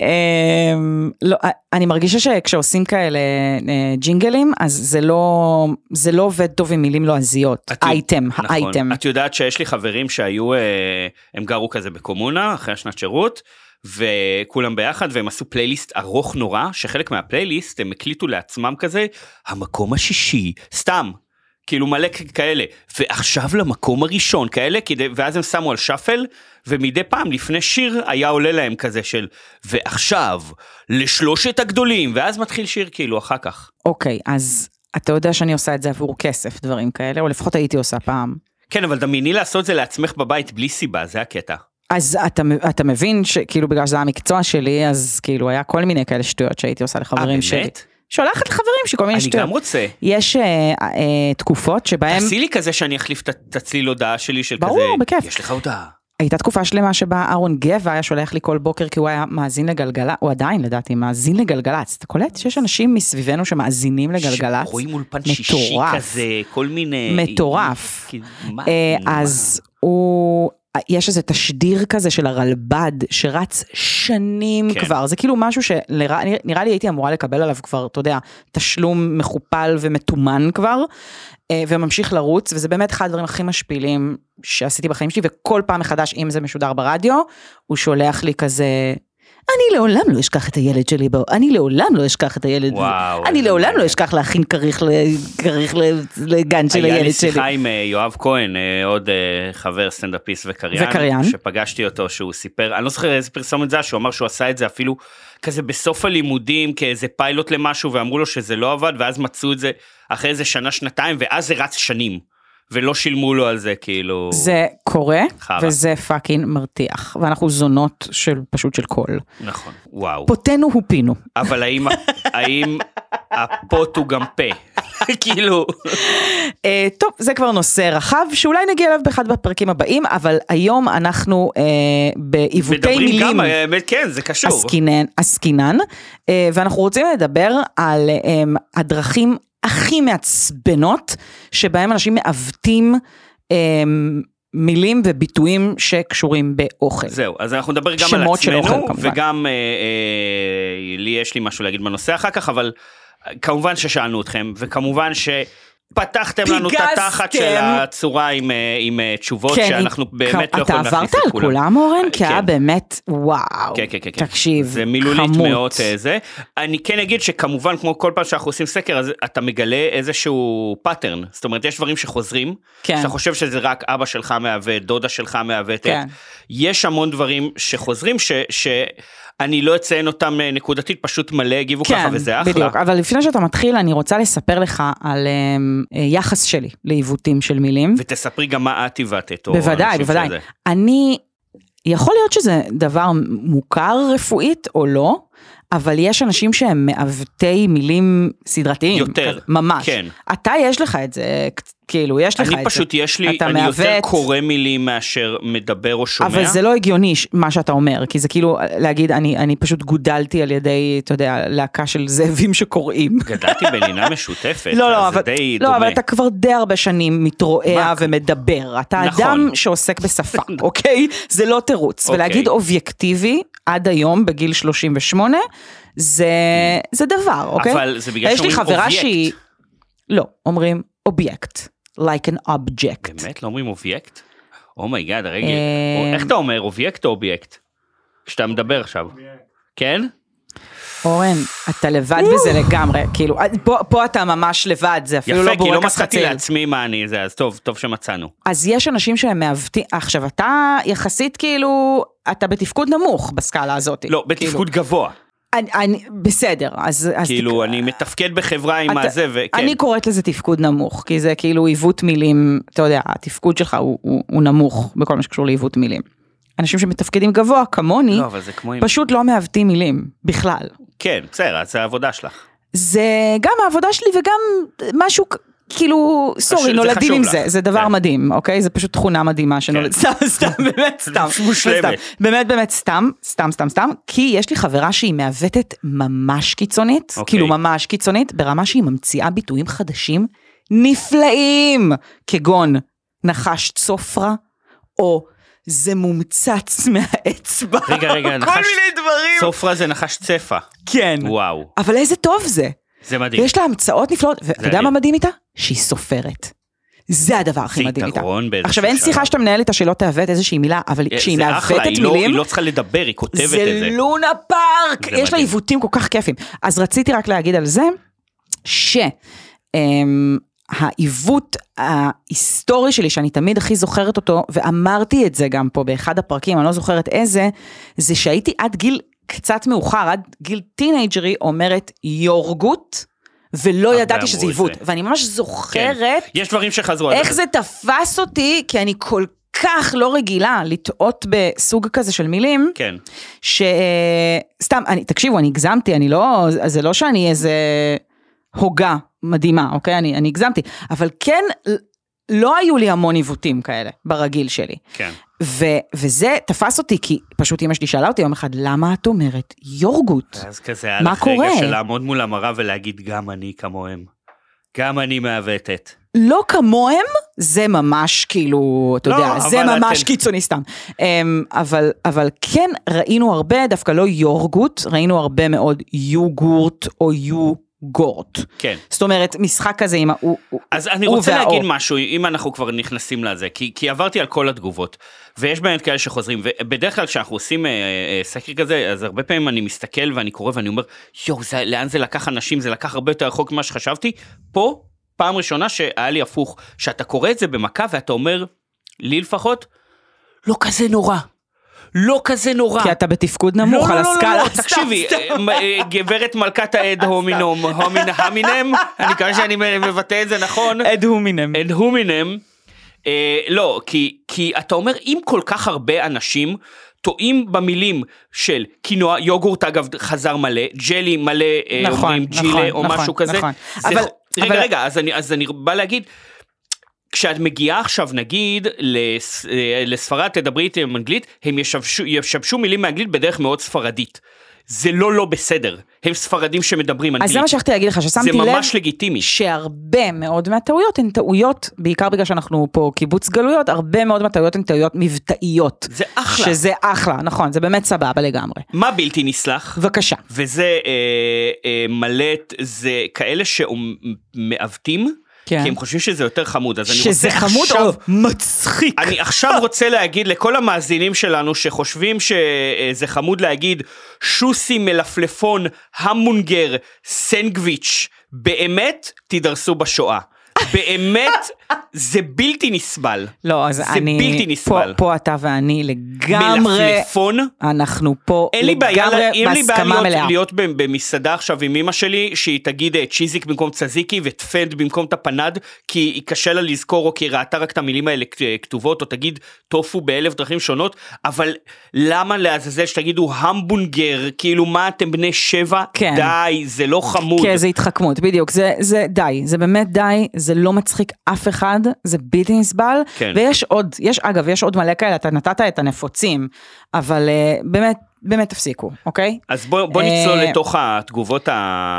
Speaker 1: אמ, לא, א- אני מרגישה שכשעושים כאלה אה, ג'ינגלים, אז זה לא, זה לא עובד טוב עם מילים לועזיות.
Speaker 2: את-
Speaker 1: אייטם,
Speaker 2: נכון.
Speaker 1: האייטם.
Speaker 2: את יודעת שיש לי חברים שהיו, אה, הם גרו כזה בקומונה, אחרי השנת שירות, וכולם ביחד, והם עשו פלייליסט ארוך נורא, שחלק מהפלייליסט הם הקליטו לעצמם כזה, המקום השישי, סתם. כאילו מלא כ- כאלה, ועכשיו למקום הראשון כאלה, כדי, ואז הם שמו על שפל, ומדי פעם לפני שיר היה עולה להם כזה של, ועכשיו לשלושת הגדולים, ואז מתחיל שיר כאילו אחר כך.
Speaker 1: אוקיי, אז אתה יודע שאני עושה את זה עבור כסף, דברים כאלה, או לפחות הייתי עושה פעם.
Speaker 2: כן, אבל דמייני לעשות זה לעצמך בבית בלי סיבה, זה הקטע.
Speaker 1: אז אתה, אתה מבין שכאילו בגלל שזה היה המקצוע שלי, אז כאילו היה כל מיני כאלה שטויות שהייתי עושה לחברים שלי.
Speaker 2: אה, באמת?
Speaker 1: שולחת לחברים שכל מיני
Speaker 2: אני
Speaker 1: שטויות.
Speaker 2: גם רוצה.
Speaker 1: יש אה, אה, תקופות שבהן...
Speaker 2: תעשי לי כזה שאני אחליף את את הצליל הודעה שלי של
Speaker 1: ברור,
Speaker 2: כזה.
Speaker 1: בכיף.
Speaker 2: יש לך הודעה.
Speaker 1: הייתה תקופה שלמה שבה אהרון גבע היה שולח לי כל בוקר כי הוא היה מאזין לגלגלצ, הוא עדיין לדעתי מאזין לגלגלצ. אתה קולט שיש אנשים מסביבנו שמאזינים לגלגלצ?
Speaker 2: רואים אולפן שישי
Speaker 1: מטורף.
Speaker 2: כזה, כל מיני...
Speaker 1: מטורף.
Speaker 2: כי- מה-
Speaker 1: אה,
Speaker 2: מה?
Speaker 1: אז הוא, יש איזה תשדיר כזה של הרלב"ד שרץ שנים
Speaker 2: כן.
Speaker 1: כבר, זה כאילו משהו שנראה לי הייתי אמורה לקבל עליו כבר, אתה יודע, תשלום מכופל ומתומן כבר, אה, וממשיך לרוץ, וזה באמת אחד הדברים הכי משפילים שעשיתי בחיים שלי, וכל פעם מחדש, אם זה משודר ברדיו, הוא שולח לי כזה... אני לעולם לא אשכח את הילד שלי, בו. אני לעולם לא אשכח את הילד,
Speaker 2: וואו,
Speaker 1: אני
Speaker 2: איזה
Speaker 1: לעולם לא
Speaker 2: מעניין.
Speaker 1: אשכח להכין כריך ל- כריך ל- לגן של הילד שלי.
Speaker 2: היה לי שיחה עם אה, יואב כהן, אה, עוד אה, חבר סטנדאפיסט וקריין,
Speaker 1: וקריין.
Speaker 2: שפגשתי אותו, שהוא סיפר, אני לא זוכר איזה פרסומת זה, היה, שהוא אמר שהוא עשה את זה אפילו כזה בסוף הלימודים, כאיזה פיילוט למשהו, ואמרו לו שזה לא עבד, ואז מצאו את זה אחרי איזה שנה, שנתיים, ואז זה רץ שנים, ולא שילמו לו על זה, כאילו...
Speaker 1: זה קורה,
Speaker 2: חרא.
Speaker 1: וזה פאקינג מרתיח, ואנחנו זונות של פשוט של קול.
Speaker 2: נכון, וואו.
Speaker 1: פותנו הופינו.
Speaker 2: אבל האם,
Speaker 1: [laughs]
Speaker 2: האם הפוט הוא גם פה? [laughs] כאילו,
Speaker 1: אה, טוב, זה כבר נושא רחב, שאולי נגיע אליו באחד בפרקים הבאים, אבל היום אנחנו אה, בעיוותי
Speaker 2: מדברים
Speaker 1: מילים.
Speaker 2: גם, האמת, כן, זה קשור.
Speaker 1: עסקינן, עסקינן, אה, ואנחנו רוצים לדבר על אה, הדרכים הכי מעצבנות שבהם אנשים מעוותים אה, מילים וביטויים שקשורים באוכל.
Speaker 2: זהו, אז אנחנו נדבר גם על
Speaker 1: שמות של
Speaker 2: עצמנו,
Speaker 1: אוכל, כמובן.
Speaker 2: וגם אה, אה, לי יש לי משהו להגיד בנושא אחר כך, אבל אה, כמובן ששאלנו אתכם, וכמובן שפתחתם לנו את התחת
Speaker 1: פיגזתם.
Speaker 2: של הצורה עם, אה, עם אה, תשובות
Speaker 1: כן,
Speaker 2: שאנחנו
Speaker 1: היא-
Speaker 2: באמת לא
Speaker 1: אתה
Speaker 2: יכולים
Speaker 1: עברת
Speaker 2: להכניס
Speaker 1: על
Speaker 2: את כולם.
Speaker 1: כולם, אורן? כי
Speaker 2: כן.
Speaker 1: היה באמת, וואו.
Speaker 2: כן, כן, כן, כן.
Speaker 1: תקשיב,
Speaker 2: זה מילולית
Speaker 1: חמוץ.
Speaker 2: מאוד אה, זה. אני כן אגיד שכמובן, כמו כל פעם שאנחנו עושים סקר, אז אתה מגלה איזשהו פאטרן. זאת אומרת, יש דברים שחוזרים,
Speaker 1: כן.
Speaker 2: שאתה אה, חושב שזה רק אבא שלך מעוות, דודה שלך מעוותת.
Speaker 1: כן.
Speaker 2: יש המון דברים שחוזרים, ש... ש... אני לא אציין אותם אה, נקודתית, פשוט מלא הגיבו ככה, וזה אחלה.
Speaker 1: כן, בדיוק. אבל לפני שאתה מתחיל, אני רוצה לספר לך על אמ, אה, יחס שלי לעיוותים של מילים.
Speaker 2: ותספרי גם מה את עיוותת. או
Speaker 1: בוודאי,
Speaker 2: אנשים
Speaker 1: בוודאי.
Speaker 2: שזה.
Speaker 1: אני, יכול להיות שזה דבר מוכר רפואית או לא, אבל יש אנשים שהם מעוותי מילים סדרתיים.
Speaker 2: יותר,
Speaker 1: כזה, ממש.
Speaker 2: כן.
Speaker 1: אתה יש לך את זה, כאילו, יש לך את זה.
Speaker 2: אני פשוט, יש לי,
Speaker 1: אתה
Speaker 2: אני יותר
Speaker 1: מעוות.
Speaker 2: קורא מילים מאשר מדבר או שומע.
Speaker 1: אבל זה לא הגיוני ש- מה שאתה אומר, כי זה כאילו להגיד, אני, אני פשוט גודלתי על ידי, אתה יודע, להקה של זאבים
Speaker 2: [laughs]
Speaker 1: שקוראים.
Speaker 2: גדלתי בלינה משותפת,
Speaker 1: לא,
Speaker 2: אז
Speaker 1: לא,
Speaker 2: זה
Speaker 1: אבל,
Speaker 2: די
Speaker 1: לא
Speaker 2: דומה.
Speaker 1: אבל אתה כבר די הרבה שנים מתרועע
Speaker 2: מה?
Speaker 1: ומדבר, אתה
Speaker 2: נכון.
Speaker 1: אדם שעוסק
Speaker 2: [laughs]
Speaker 1: בשפה, אוקיי? זה לא תירוץ.
Speaker 2: אוקיי.
Speaker 1: ולהגיד אובייקטיבי עד היום, בגיל 38, זה, זה דבר, אוקיי?
Speaker 2: אבל זה בגלל
Speaker 1: יש לי
Speaker 2: שאומרים
Speaker 1: חברה
Speaker 2: אובייקט.
Speaker 1: שהיא... לא, אומרים אובייקט, like an object.
Speaker 2: באמת? לא אומרים אובייקט? אומייגאד, הרגע,
Speaker 1: אה,
Speaker 2: איך אתה אומר, אובייקט או אובייקט? כשאתה מדבר עכשיו. כן?
Speaker 1: אורן, אתה לבד בזה לגמרי, כאילו, פה, פה אתה ממש לבד, זה אפילו
Speaker 2: יפה,
Speaker 1: לא
Speaker 2: כי לא
Speaker 1: בורקס
Speaker 2: מצאתי
Speaker 1: חציל.
Speaker 2: לעצמי מה אני זה, אז טוב, טוב שמצאנו. לא,
Speaker 1: אז יש אנשים שהם מעוותים, עכשיו אתה יחסית כאילו, אתה בתפקוד נמוך בסקאלה הזאת.
Speaker 2: לא,
Speaker 1: כאילו,
Speaker 2: בתפקוד גבוה.
Speaker 1: אני, אני, בסדר, אז... אז
Speaker 2: כאילו, אני מתפקד בחברה עם
Speaker 1: אתה-
Speaker 2: הזה, כן. וכן.
Speaker 1: אני קוראת לזה תפקוד נמוך, כי זה כאילו עיוות מילים, אתה יודע, התפקוד שלך הוא, הוא, הוא נמוך בכל מה שקשור לעיוות מילים. אנשים שמתפקדים גבוה, כמוני,
Speaker 2: לא, אבל זה כמו עם...
Speaker 1: פשוט לא מעוותים מילים, בכלל.
Speaker 2: כן, בסדר, אז זה העבודה שלך.
Speaker 1: זה גם העבודה שלי וגם משהו, כ- כאילו,
Speaker 2: זה
Speaker 1: סורי, נולדים
Speaker 2: חשוב
Speaker 1: עם
Speaker 2: לך.
Speaker 1: זה, זה דבר
Speaker 2: כן.
Speaker 1: מדהים, אוקיי? זה פשוט תכונה מדהימה שנולד, סתם,
Speaker 2: [laughs]
Speaker 1: סתם, באמת סתם.
Speaker 2: מושלמת.
Speaker 1: סתם. באמת, באמת, סתם, סתם, סתם, סתם, כי יש לי חברה שהיא מעוותת ממש קיצונית,
Speaker 2: אוקיי.
Speaker 1: כאילו ממש קיצונית, ברמה שהיא ממציאה ביטויים חדשים נפלאים, כגון נחש צופרה, או זה מומצץ [laughs] מהאצבע,
Speaker 2: רגע,
Speaker 1: [laughs]
Speaker 2: רגע,
Speaker 1: כל
Speaker 2: נחש
Speaker 1: מיני דברים.
Speaker 2: סופרה זה נחש צפה.
Speaker 1: כן.
Speaker 2: וואו.
Speaker 1: אבל איזה טוב זה.
Speaker 2: זה מדהים.
Speaker 1: יש לה המצאות נפלאות, ואתה יודע
Speaker 2: מדהים.
Speaker 1: מה מדהים איתה? שהיא סופרת. זה הדבר הכי
Speaker 2: זה
Speaker 1: מדהים איתה.
Speaker 2: יתרון באיזשהו
Speaker 1: עכשיו אין
Speaker 2: שלב.
Speaker 1: שיחה שאתה מנהל איתה שלא תעוות איזושהי מילה, אבל
Speaker 2: אה,
Speaker 1: כשהיא
Speaker 2: זה אחלה,
Speaker 1: מעוותת
Speaker 2: היא לא-
Speaker 1: מילים,
Speaker 2: היא לא צריכה לדבר, היא כותבת את
Speaker 1: זה לא
Speaker 2: זה.
Speaker 1: לונה פארק,
Speaker 2: זה
Speaker 1: יש לה
Speaker 2: מדהים.
Speaker 1: עיוותים כל כך כיפים. אז רציתי רק להגיד על זה, שהעיוות ההיסטורי שלי, שאני תמיד הכי זוכרת אותו, ואמרתי את זה גם פה באחד הפרקים, אני לא זוכרת איזה, זה שהייתי עד גיל קצת מאוחר, עד גיל טינג'רי, אומרת יורגות, ולא
Speaker 2: הרבה
Speaker 1: ידעתי
Speaker 2: אמרו
Speaker 1: שזה
Speaker 2: את
Speaker 1: עיוות,
Speaker 2: זה.
Speaker 1: ואני ממש
Speaker 2: כן.
Speaker 1: זוכרת
Speaker 2: יש דברים שחזרו על
Speaker 1: איך זה תפס אותי, כי אני כל כך לא רגילה לטעות בסוג כזה של מילים.
Speaker 2: כן.
Speaker 1: שסתם, אה, אני, תקשיבו, אני הגזמתי, אני לא, זה לא שאני איזה הוגה מדהימה, אוקיי? אני, אני הגזמתי, אבל כן, לא היו לי המון עיוותים כאלה ברגיל שלי.
Speaker 2: כן.
Speaker 1: ו, וזה תפס אותי, כי פשוט אמא שלי שאלה אותי יום אחד, למה את אומרת יורגות?
Speaker 2: אז כזה היה
Speaker 1: מה
Speaker 2: לך רגע
Speaker 1: קורה?
Speaker 2: של לעמוד מול המראה ולהגיד גם אני כמוהם. גם אני מעוותת.
Speaker 1: לא כמוהם, זה ממש כאילו, אתה
Speaker 2: לא,
Speaker 1: יודע,
Speaker 2: אבל
Speaker 1: זה ממש
Speaker 2: אתם-
Speaker 1: קיצוני סתם. אמ, אבל, אבל כן ראינו הרבה, דווקא לא יורגות, ראינו הרבה מאוד יוגורט או יוגורט.
Speaker 2: כן.
Speaker 1: זאת אומרת, משחק כזה עם ה... הוא- הוא-
Speaker 2: אז אני
Speaker 1: הוא
Speaker 2: רוצה
Speaker 1: והאור.
Speaker 2: להגיד משהו, אם אנחנו כבר נכנסים לזה, כי, כי עברתי על כל התגובות, ויש באמת כאלה שחוזרים, ובדרך כלל כשאנחנו עושים אה, אה, סקר כזה, אז הרבה פעמים אני מסתכל ואני קורא ואני אומר, יואו, זה- לאן זה לקח אנשים, זה לקח הרבה יותר רחוק ממה שחשבתי. פה, פעם ראשונה שהיה לי הפוך, שאתה קורא את זה במכה ואתה אומר, לי לפחות, לא כזה נורא. לא כזה נורא.
Speaker 1: כי אתה בתפקוד נמוך
Speaker 2: לא,
Speaker 1: על
Speaker 2: לא, לא,
Speaker 1: הסקאלה.
Speaker 2: לא, לא,
Speaker 1: [laughs]
Speaker 2: תקשיבי, אה, אה, גברת מלכת האד הומינום,
Speaker 1: לא.
Speaker 2: הומין- המינם, אני מקווה שאני מבטא את זה נכון.
Speaker 1: אד הומינם.
Speaker 2: אד הומינם. אה, לא, כי, כי אתה אומר, אם כל כך הרבה אנשים טועים במילים של קינוע, יוגורט אגב חזר מלא, ג'לי מלא, אה,
Speaker 1: נכון,
Speaker 2: אומרים
Speaker 1: נכון,
Speaker 2: ג'ילה או
Speaker 1: נכון,
Speaker 2: משהו כזה.
Speaker 1: נכון.
Speaker 2: זה,
Speaker 1: אבל-
Speaker 2: אבל, רגע,
Speaker 1: אבל-
Speaker 2: רגע, אז אני, אז אני בא להגיד, כשאת מגיעה עכשיו נגיד לס, אה, לספרד, תדברי איתי עם אנגלית, הם ישבשו, ישבשו מילים מאנגלית בדרך מאוד ספרדית. זה לא לא בסדר, הם ספרדים שמדברים אנגלית.
Speaker 1: אז זה מה שהלכתי להגיד לך,
Speaker 2: אה, זה
Speaker 1: ששמתי לב
Speaker 2: ממש לגיטימי.
Speaker 1: שהרבה מאוד מהטעויות הן טעויות, בעיקר בגלל שאנחנו פה קיבוץ גלויות, הרבה מאוד מהטעויות הן טעויות מבטאיות.
Speaker 2: זה אחלה.
Speaker 1: שזה אחלה, נכון, זה באמת סבבה לגמרי.
Speaker 2: מה בלתי נסלח?
Speaker 1: בבקשה.
Speaker 2: וזה אה, אה, מלט, זה כאלה שמעוותים,
Speaker 1: כן.
Speaker 2: כי הם חושבים שזה יותר חמוד, אז אני רוצה
Speaker 1: שזה חמוד
Speaker 2: עכשיו...
Speaker 1: או לא. מצחיק.
Speaker 2: אני עכשיו רוצה להגיד לכל המאזינים שלנו שחושבים שזה חמוד להגיד שוסי מלפלפון המונגר סנגוויץ', באמת תידרסו בשואה. באמת זה בלתי
Speaker 1: [laughs]
Speaker 2: נסבל.
Speaker 1: לא, אז
Speaker 2: זה
Speaker 1: אני...
Speaker 2: בלתי נסבל.
Speaker 1: פה, פה אתה ואני לגמרי...
Speaker 2: מלפלפון
Speaker 1: אנחנו פה
Speaker 2: אין לי בעיה,
Speaker 1: לגמרי
Speaker 2: אין לי בעיה
Speaker 1: בהסכמה
Speaker 2: להיות,
Speaker 1: מלאה.
Speaker 2: להיות ב- במסעדה עכשיו עם אמא שלי, שהיא תגיד אה, צ'יזיק במקום צזיקי וטפנד במקום טפנד, כי היא קשה לה לזכור או כי היא ראתה רק את המילים האלה כ- אה, כתובות, או תגיד טופו באלף דרכים שונות, אבל למה לעזאזל שתגידו המבונגר, כאילו מה אתם בני שבע?
Speaker 1: כן.
Speaker 2: די, זה לא חמוד.
Speaker 1: כן, זה התחכמות, בדיוק. זה, זה די, זה באמת די, זה לא מצחיק אף אחד, זה בלתי נסבל.
Speaker 2: כן.
Speaker 1: ויש עוד, יש אגב, יש עוד מלא כאלה, אתה נתת את הנפוצים, אבל אה, באמת, באמת תפסיקו, אוקיי?
Speaker 2: אז בוא, בוא
Speaker 1: אה,
Speaker 2: נצלול לתוך התגובות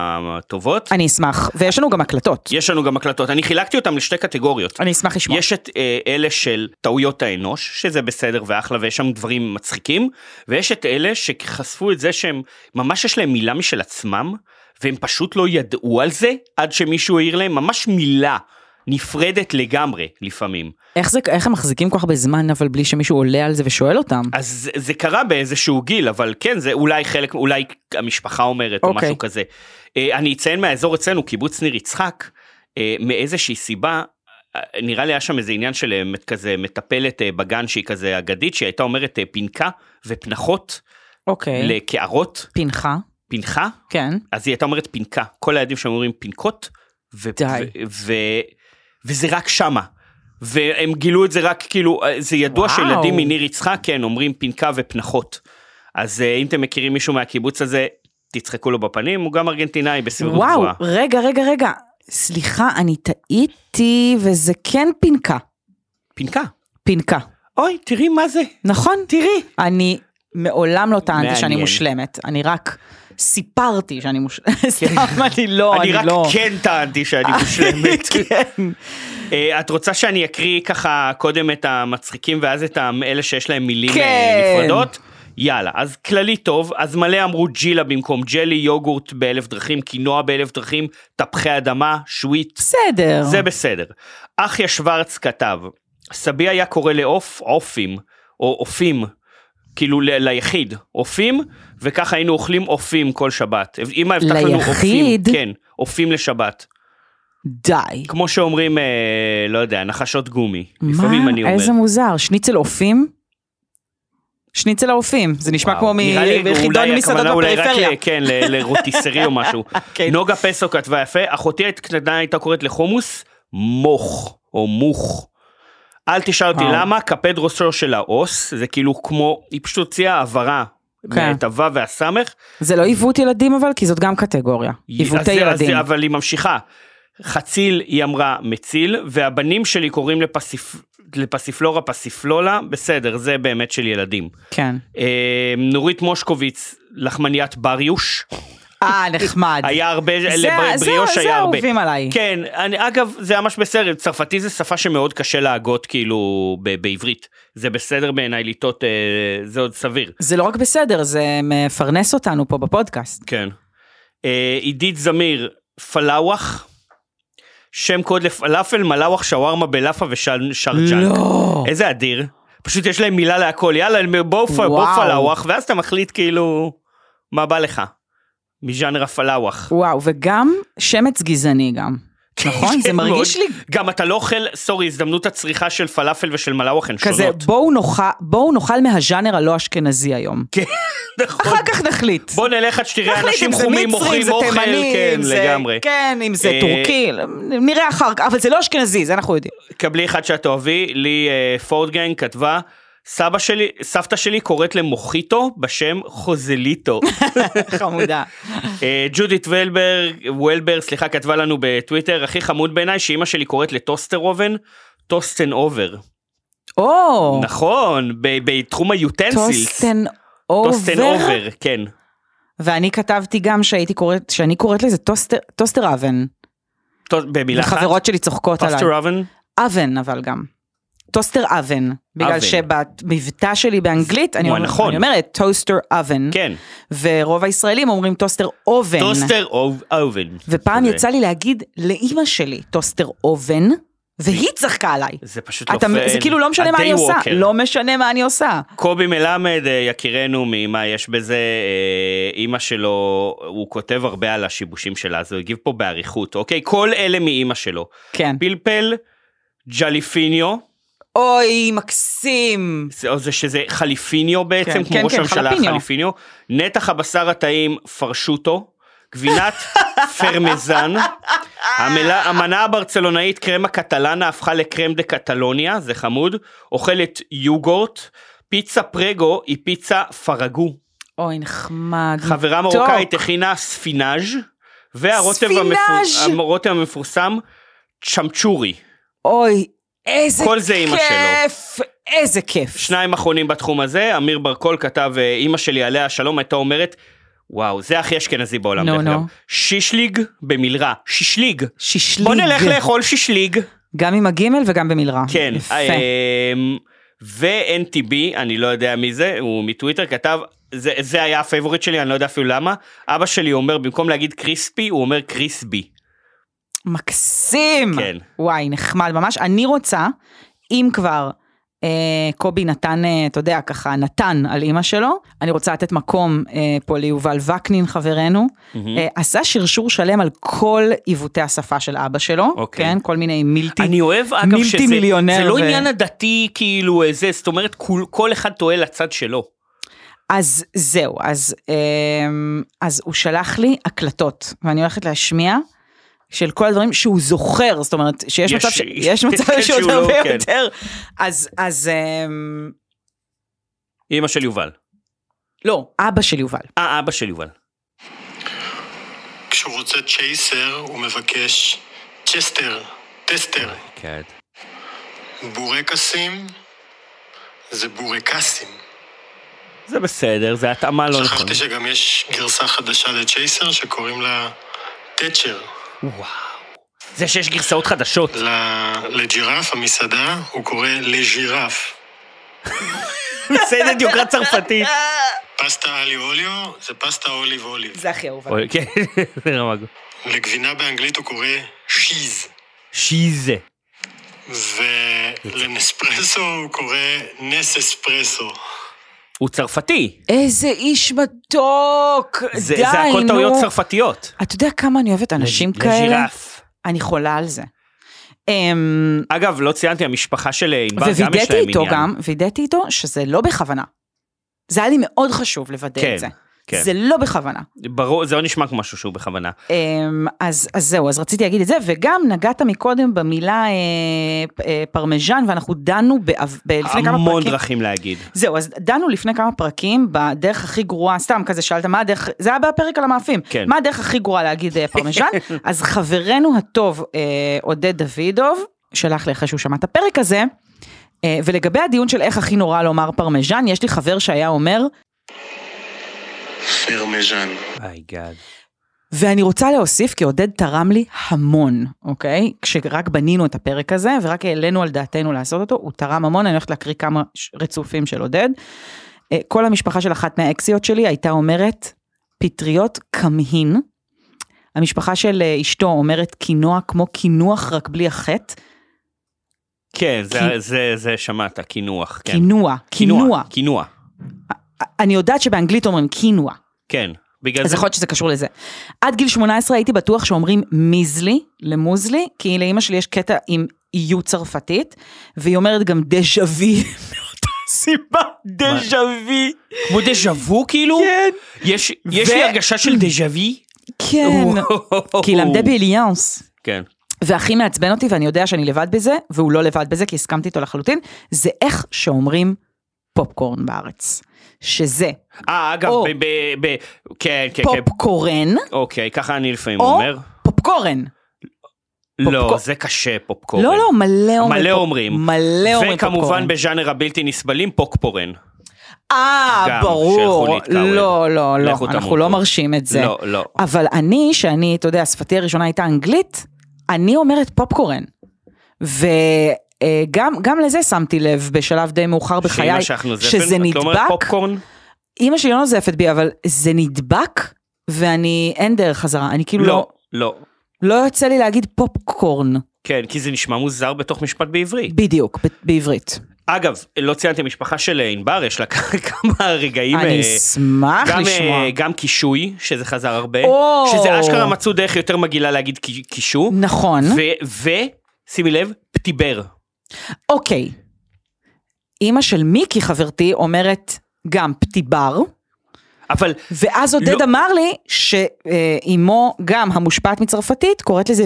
Speaker 2: הטובות.
Speaker 1: אני אשמח, ויש לנו גם הקלטות.
Speaker 2: יש לנו גם הקלטות, אני חילקתי אותם לשתי קטגוריות.
Speaker 1: אני אשמח לשמוע.
Speaker 2: יש את אה, אלה של טעויות האנוש, שזה בסדר ואחלה ויש שם דברים מצחיקים, ויש את אלה שחשפו את זה שהם, ממש יש להם מילה משל עצמם, והם פשוט לא ידעו על זה עד שמישהו העיר להם, ממש מילה נפרדת לגמרי לפעמים.
Speaker 1: איך, זה, איך הם מחזיקים כל כך הרבה זמן, אבל בלי שמישהו עולה על זה ושואל אותם?
Speaker 2: אז זה, זה קרה באיזשהו גיל, אבל כן, זה אולי חלק, אולי המשפחה אומרת או
Speaker 1: אוקיי.
Speaker 2: משהו כזה. אה, אני אציין מהאזור אצלנו, קיבוץ ניר יצחק, אה, מאיזושהי סיבה, אה, נראה לי היה שם איזה עניין של אה, מת- כזה מטפלת אה, בגן שהיא כזה אגדית, שהיא הייתה אומרת אה, פנקה ופנחות
Speaker 1: אוקיי.
Speaker 2: לקערות,
Speaker 1: פינחה,
Speaker 2: פנחה,
Speaker 1: כן.
Speaker 2: אז היא הייתה אומרת פנקה, כל הילדים שם אומרים פנקות, ו-
Speaker 1: די.
Speaker 2: ו- ו- וזה רק שמה. והם גילו את זה רק כאילו, אה, זה ידוע
Speaker 1: וואו.
Speaker 2: שילדים מניר יצחק, כן, אומרים פנקה ופנחות. אז אה, אם אתם מכירים מישהו מהקיבוץ הזה, תצחקו לו בפנים, הוא גם ארגנטינאי בסביבות
Speaker 1: וואו,
Speaker 2: גבוהה.
Speaker 1: רגע, רגע, רגע. סליחה, אני טעיתי, וזה כן פינקה.
Speaker 2: פינקה.
Speaker 1: פינקה.
Speaker 2: אוי, תראי מה זה.
Speaker 1: נכון?
Speaker 2: תראי.
Speaker 1: אני מעולם לא טענתי שאני
Speaker 2: מעניין.
Speaker 1: מושלמת, אני רק סיפרתי שאני מושלמת. סתם, אני לא,
Speaker 2: כן. אני
Speaker 1: אני
Speaker 2: רק
Speaker 1: לא.
Speaker 2: כן
Speaker 1: [laughs]
Speaker 2: טענתי שאני מושלמת.
Speaker 1: כן.
Speaker 2: אה, את רוצה שאני אקריא ככה קודם את המצחיקים ואז את ה- אלה שיש להם מילים
Speaker 1: כן.
Speaker 2: אה, נפרדות? יאללה, אז כללי טוב, אז מלא אמרו ג'ילה במקום ג'לי, יוגורט באלף דרכים, קינוע באלף דרכים, תפוחי אדמה, שוויט,
Speaker 1: בסדר.
Speaker 2: זה בסדר. אחיה שוורץ כתב, סבי היה קורא לעוף עופים, או עופים, כאילו ל- ליחיד, עופים, וככה היינו אוכלים עופים כל שבת. אמא הבטח לנו עופים,
Speaker 1: ליחיד?
Speaker 2: כן, עופים לשבת.
Speaker 1: די.
Speaker 2: כמו שאומרים, אה, לא יודע, נחשות גומי. לפעמים אני אומר.
Speaker 1: איזה מוזר, שניצל אופים? שניצל האופים, זה נשמע
Speaker 2: וואו,
Speaker 1: כמו
Speaker 2: נראה לי
Speaker 1: מחידון
Speaker 2: אולי
Speaker 1: מסעדות
Speaker 2: הכוונה אולי רק
Speaker 1: בפריפריה.
Speaker 2: ל- כן, ל- לרוטיסרי או
Speaker 1: [laughs]
Speaker 2: משהו.
Speaker 1: כן.
Speaker 2: נוגה פסו כתבה יפה, אחותי הקטנה הייתה קוראת לחומוס מוך, או מוך. אל תשאל אותי
Speaker 1: וואו.
Speaker 2: למה, קפד ראשו של האוס, זה כאילו כמו, היא פשוט הוציאה העברה.
Speaker 1: כן.
Speaker 2: את הוו והסמך,
Speaker 1: זה לא עיוות ילדים אבל, כי זאת גם קטגוריה. עיוותי
Speaker 2: אז זה- אז זה-
Speaker 1: ילדים.
Speaker 2: אבל היא ממשיכה. חציל, היא אמרה, מציל, והבנים שלי קוראים לפסיפ... לפסיפלורה פסיפלולה, בסדר, זה באמת של ילדים.
Speaker 1: כן.
Speaker 2: אה, נורית מושקוביץ, לחמניית בריוש,
Speaker 1: אה, נחמד.
Speaker 2: היה הרבה,
Speaker 1: זה-
Speaker 2: לבר-
Speaker 1: זה-
Speaker 2: בריוש
Speaker 1: זה
Speaker 2: היה הרבה.
Speaker 1: אהובים עליי.
Speaker 2: כן, אני, אגב, זה ממש בסדר, צרפתי זה שפה שמאוד קשה להגות כאילו ב- בעברית. זה בסדר בעיניי לטעות, אה, זה עוד סביר.
Speaker 1: זה לא רק בסדר, זה מפרנס אותנו פה בפודקאסט.
Speaker 2: כן. אה, עידית זמיר, פלאווח, שם קוד לפלאפל, מלאווח, שווארמה, בלאפה ושרג'נק.
Speaker 1: לא.
Speaker 2: איזה אדיר. פשוט יש להם מילה להכל, יאללה, בואו פ- בואו
Speaker 1: וואו.
Speaker 2: פלאווח, ואז אתה מחליט כאילו, מה בא לך. מז'אנר הפלאווח.
Speaker 1: וואו, וגם שמץ גזעני גם. נכון? זה
Speaker 2: כן,
Speaker 1: מרגיש
Speaker 2: מאוד.
Speaker 1: לי
Speaker 2: גם אתה לא אוכל, סורי, הזדמנות הצריכה של פלאפל ושל מלאווח הן
Speaker 1: כזה, [laughs]
Speaker 2: שונות.
Speaker 1: בואו נאכל- בואו נאכל מהז'אנר הלא אשכנזי היום.
Speaker 2: נכון.
Speaker 1: אחר כך נחליט.
Speaker 2: בוא נלך עד שתראה
Speaker 1: נחליט
Speaker 2: אנשים
Speaker 1: אם זה
Speaker 2: חומים
Speaker 1: מצרים,
Speaker 2: מוכרים
Speaker 1: זה
Speaker 2: אוכל,
Speaker 1: תימנים,
Speaker 2: כן,
Speaker 1: זה-
Speaker 2: לגמרי.
Speaker 1: כן, אם זה
Speaker 2: אה,
Speaker 1: טורקי, נראה אחר כך, אבל זה לא אשכנזי, זה אנחנו
Speaker 2: [laughs]
Speaker 1: יודעים.
Speaker 2: קבלי אחד שאת אוהבי, לי אה, פורדגנג כתבה, סבא שלי, סבתא שלי קוראת למוחיטו בשם
Speaker 1: [laughs]
Speaker 2: חוזליטו.
Speaker 1: חמודה.
Speaker 2: אה, ג'ודית וולבר, וולבר, סליחה, כתבה לנו בטוויטר, הכי חמוד בעיניי, שאימא שלי קוראת לטוסטר אובן, טוסטן אובר.
Speaker 1: או,
Speaker 2: נכון, ב- בתחום היוטנסילס.
Speaker 1: טוסטן
Speaker 2: טוסטן
Speaker 1: אובר.
Speaker 2: אובר, כן.
Speaker 1: ואני כתבתי גם שהייתי קוראת, שאני קוראת לזה טוסטר, טוסטר אבן.
Speaker 2: טוס- במילה אחת,
Speaker 1: וחברות שלי צוחקות עליי.
Speaker 2: טוסטר אובן.
Speaker 1: אבן אבל גם. טוסטר אבן.
Speaker 2: אבן.
Speaker 1: בגלל שבמבטא שלי באנגלית, אני
Speaker 2: הוא
Speaker 1: אומר-
Speaker 2: הנכון.
Speaker 1: אני אומרת טוסטר אבן.
Speaker 2: נכון. כן,
Speaker 1: ורוב הישראלים אומרים טוסטר אובן.
Speaker 2: טוסטר אוב- אובן.
Speaker 1: כן. ופעם
Speaker 2: זה-
Speaker 1: יצא לי להגיד לאימא שלי טוסטר אובן, והיא צחקה עליי.
Speaker 2: זה פשוט לא
Speaker 1: אתה,
Speaker 2: פייר.
Speaker 1: זה כאילו לא משנה מה אני עושה,
Speaker 2: ה-daywalker.
Speaker 1: לא משנה מה אני עושה.
Speaker 2: קובי מלמד, אה, יקירנו, ממה יש בזה, אה, אימא שלו, הוא כותב הרבה על השיבושים שלה, אז הוא הגיב פה באריכות, אוקיי? כל אלה מאימא שלו.
Speaker 1: כן.
Speaker 2: פלפל, ג'ליפיניו,
Speaker 1: אוי, מקסים.
Speaker 2: זה- או זה שזה חליפיניו בעצם,
Speaker 1: כן,
Speaker 2: כמו
Speaker 1: כן,
Speaker 2: ראש
Speaker 1: כן,
Speaker 2: הממשלה
Speaker 1: חלפיניו.
Speaker 2: חליפיניו, נתח הבשר הטעים פרשוטו,
Speaker 1: [laughs]
Speaker 2: גבינת פרמזן, המלה- המנה הברצלונאית קרם הקטלנה הפכה לקרם דה קטלוניה, זה חמוד, אוכלת יוגורט, פיצה פרגו היא פיצה פרגו,
Speaker 1: אוי, נחמד.
Speaker 2: חברה
Speaker 1: מתוק.
Speaker 2: מרוקאית הכינה ספינאז' והרוטב המפור-
Speaker 1: ספינאז'!
Speaker 2: הרוטב המפורסם צ'מצ'ורי,
Speaker 1: אוי, איזה
Speaker 2: כל זה אימא
Speaker 1: כיף. איזה כיף.
Speaker 2: שניים אחרונים בתחום הזה, אמיר ברקול כתב, אה, אימא שלי עליה השלום הייתה אומרת, וואו, זה הכי אשכנזי בעולם,
Speaker 1: נו,
Speaker 2: דרך
Speaker 1: נו.
Speaker 2: אגב. שישליג במלרע, שישליג.
Speaker 1: שישליג.
Speaker 2: בוא נלך לאכול שישליג,
Speaker 1: גם עם הגימל וגם במיל רע.
Speaker 2: כן.
Speaker 1: יפה.
Speaker 2: אמ, ו-NTB, אני לא יודע מי זה, הוא מטוויטר, כתב, זה, זה היה הפייבוריט שלי, אני לא יודע אפילו למה, אבא שלי אומר, במקום להגיד קריספי, הוא אומר קריסבי.
Speaker 1: מקסים.
Speaker 2: כן.
Speaker 1: וואי, נחמד ממש. אני רוצה, אם כבר אה, קובי נתן, אה, אתה יודע, ככה, נתן על אימא שלו, אני רוצה לתת מקום אה, פה ליובל וקנין, חברנו.
Speaker 2: Mm.
Speaker 1: אה, עשה שרשור שלם על כל עיוותי השפה של אבא שלו.
Speaker 2: אוקיי.
Speaker 1: כן, כל מיני מילטי.
Speaker 2: אני אוהב אגב
Speaker 1: מילטי
Speaker 2: שזה
Speaker 1: מיליונר
Speaker 2: זה לא
Speaker 1: ו-
Speaker 2: עניין הדתי כאילו אה, זה, זאת אומרת כל, כל אחד טועה לצד שלו.
Speaker 1: אז זהו, אז, אמ, אז הוא שלח לי הקלטות, ואני הולכת להשמיע של כל הדברים שהוא זוכר, זאת אומרת, שיש
Speaker 2: יש-
Speaker 1: מצב, ש... יש מצב
Speaker 2: כן,
Speaker 1: שהוא
Speaker 2: שהוא
Speaker 1: יותר
Speaker 2: לא, כן.
Speaker 1: ויותר. אז, אז, אמ,
Speaker 2: אמא של יובל.
Speaker 1: לא, אבא של יובל.
Speaker 2: אה, אבא של יובל.
Speaker 4: כשהוא רוצה צ'ייסר, הוא מבקש צ'סטר, טסטר,
Speaker 2: כן.
Speaker 4: בורקסים זה בורקסים.
Speaker 2: זה בסדר, זה התאמה לא נכונה.
Speaker 4: שכחתי שגם יש גרסה חדשה לצ'ייסר שקוראים לה תצ'ר.
Speaker 2: וואו. זה שיש גרסאות חדשות. [laughs]
Speaker 4: ל- לג'ירף, המסעדה, הוא קורא לג'ירף.
Speaker 2: מסעדת יוקרה צרפתית.
Speaker 4: פסטה אלי אוליו זה פסטה אוליב אוליב.
Speaker 1: זה הכי אהוב. עליי.
Speaker 2: אוי, כן, [laughs] זה רמה גבוהה.
Speaker 4: לגבינה באנגלית הוא קורא שיז.
Speaker 2: שיזה.
Speaker 4: ולנספרסו הוא קורא נס אספרסו.
Speaker 2: הוא צרפתי.
Speaker 1: איזה איש מתוק!
Speaker 2: זה
Speaker 1: די,
Speaker 2: זה הכל
Speaker 1: נו.
Speaker 2: טעויות צרפתיות.
Speaker 1: אתה יודע כמה אני אוהבת אנשים
Speaker 2: לג-
Speaker 1: כאלה?
Speaker 2: לג'ירף.
Speaker 1: אני חולה על זה. אמ,
Speaker 2: אגב, לא ציינתי, המשפחה של ענבר גם יש להם עניין.
Speaker 1: ווידאתי איתו גם, וידאתי איתו שזה לא בכוונה. זה היה לי מאוד חשוב לוודא
Speaker 2: כן,
Speaker 1: את זה.
Speaker 2: כן.
Speaker 1: זה לא בכוונה.
Speaker 2: ברור, זה לא נשמע כמו משהו שהוא בכוונה.
Speaker 1: אמ, אז, אז זהו, אז רציתי להגיד את זה, וגם נגעת מקודם במילה אה, פ- אה, פרמיז'ן, ואנחנו דנו באב- ב- לפני כמה
Speaker 2: המון
Speaker 1: פרקים.
Speaker 2: דרכים להגיד.
Speaker 1: זהו, אז דנו לפני כמה פרקים בדרך הכי גרועה, סתם כזה שאלת מה הדרך, זה היה בפרק על המאפים,
Speaker 2: כן.
Speaker 1: מה הדרך הכי גרועה להגיד אה, פרמיז'ן, אז חברנו הטוב אה, עודד דוידוב, שלח לי אחרי שהוא שמע את הפרק הזה, אה, ולגבי הדיון של איך הכי נורא לומר פרמיז'ן, יש לי חבר שהיה אומר,
Speaker 4: פרמז'ן.
Speaker 2: היי גאד.
Speaker 1: ואני רוצה להוסיף, כי עודד תרם לי המון, אוקיי? כשרק בנינו את הפרק הזה, ורק העלינו על דעתנו לעשות אותו, הוא תרם המון, אני הולכת להקריא כמה ש- רצופים של עודד. אה, כל המשפחה של אחת מהאקסיות שלי הייתה אומרת, פטריות קמהין. המשפחה של אה, אשתו אומרת קינוח כמו קינוח רק בלי החטא.
Speaker 2: כן, זה-
Speaker 1: כי-
Speaker 2: זה- זה שמעת, קינוח. כן.
Speaker 1: קינוע, קינוע.
Speaker 2: קינוע.
Speaker 1: אני יודעת שבאנגלית אומרים קינוע.
Speaker 2: כן. בגלל
Speaker 1: אז
Speaker 2: זה
Speaker 1: יכול להיות שזה קשור לזה. עד גיל 18 הייתי בטוח שאומרים מיזלי למוזלי, כי לאימא שלי יש קטע עם איות צרפתית, והיא אומרת גם דז'ה ווי, [laughs] מאותה סיבה, דז'ה ווי.
Speaker 2: כמו דז'ה וו כאילו?
Speaker 1: כן.
Speaker 2: יש יש לי הרגשה של דז'ה ווי?
Speaker 1: כן.
Speaker 2: [laughs]
Speaker 1: כי היא למדה באליאנס.
Speaker 2: כן.
Speaker 1: והכי מעצבן אותי, ואני יודע שאני לבד בזה, והוא לא לבד בזה, כי הסכמתי איתו לחלוטין, זה איך שאומרים פופקורן בארץ. שזה
Speaker 2: אה, אגב,
Speaker 1: או.
Speaker 2: ב... ב- ב- כן, כן, כן.
Speaker 1: פופקורן,
Speaker 2: אוקיי, ככה אני לפעמים
Speaker 1: או
Speaker 2: אומר.
Speaker 1: פופקורן.
Speaker 2: לא,
Speaker 1: פופקורן.
Speaker 2: זה קשה, פופקורן.
Speaker 1: לא, לא, מלא אומרים.
Speaker 2: אוקיי. מלא
Speaker 1: פופ-
Speaker 2: אומרים.
Speaker 1: מלא אומרים
Speaker 2: וכמובן
Speaker 1: פופקורן.
Speaker 2: בז'אנר הבלתי נסבלים, פוקפורן.
Speaker 1: אה,
Speaker 2: גם של
Speaker 1: ברור.
Speaker 2: חולית קאוור.
Speaker 1: לא, לא, לא,
Speaker 2: לכו
Speaker 1: אנחנו
Speaker 2: תמותו.
Speaker 1: לא מרשים את זה.
Speaker 2: לא, לא.
Speaker 1: אבל אני, שאני, אתה יודע, שפתי הראשונה הייתה אנגלית, אני אומרת פופקורן. וגם גם לזה שמתי לב בשלב די מאוחר
Speaker 2: שאמא
Speaker 1: בחיי,
Speaker 2: שלך נוזפת,
Speaker 1: שזה
Speaker 2: את לא אומרת
Speaker 1: נדבק.
Speaker 2: פופקורן?
Speaker 1: אימא שלי לא נוזפת בי, אבל זה נדבק, ואני, אין דרך חזרה. אני כאילו
Speaker 2: לא,
Speaker 1: לא,
Speaker 2: לא.
Speaker 1: לא יוצא לי להגיד פופקורן,
Speaker 2: כן, כי זה נשמע מוזר בתוך משפט בעברית.
Speaker 1: בדיוק, ב- בעברית.
Speaker 2: אגב, לא ציינתי משפחה של אה, ענבר, יש לה [laughs] כמה רגעים...
Speaker 1: אני
Speaker 2: אה,
Speaker 1: אשמח
Speaker 2: גם,
Speaker 1: לשמוע.
Speaker 2: אה, גם קישוי, שזה חזר הרבה,
Speaker 1: או.
Speaker 2: שזה אשכרה מצאו דרך יותר מגעילה להגיד קי- קישו,
Speaker 1: נכון.
Speaker 2: ו- ושימי לב, פטיבר.
Speaker 1: אוקיי. אימא של מיקי חברתי אומרת גם פטיבר,
Speaker 2: אבל
Speaker 1: ואז עודד
Speaker 2: לא.
Speaker 1: אמר לי שאימו גם המושפעת מצרפתית קוראת לזה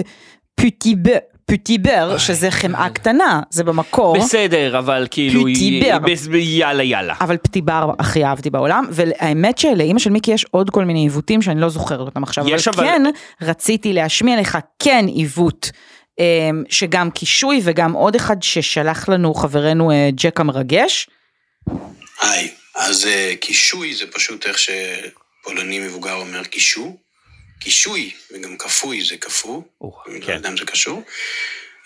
Speaker 1: פוטיבר, פוטיבר, שזה חמאה קטנה, זה במקור.
Speaker 2: בסדר, אבל כאילו, היא-
Speaker 1: פטיבר.
Speaker 2: היא- בס- יאללה יאללה.
Speaker 1: אבל פטיבר הכי אהבתי בעולם, והאמת שלאימא של מיקי יש עוד כל מיני עיוותים שאני לא זוכרת אותם עכשיו, אבל,
Speaker 2: יש, אבל-
Speaker 1: כן רציתי להשמיע לך כן עיוות, אה, שגם קישוי וגם עוד אחד ששלח לנו חברנו אה, ג'ק המרגש,
Speaker 5: היי, אז אה, קישוי זה פשוט איך שפולני מבוגר אומר קישו. קישוי, וגם כפוי זה כפו,
Speaker 2: או,
Speaker 5: אני לא
Speaker 2: כן.
Speaker 5: יודע אם זה קשור.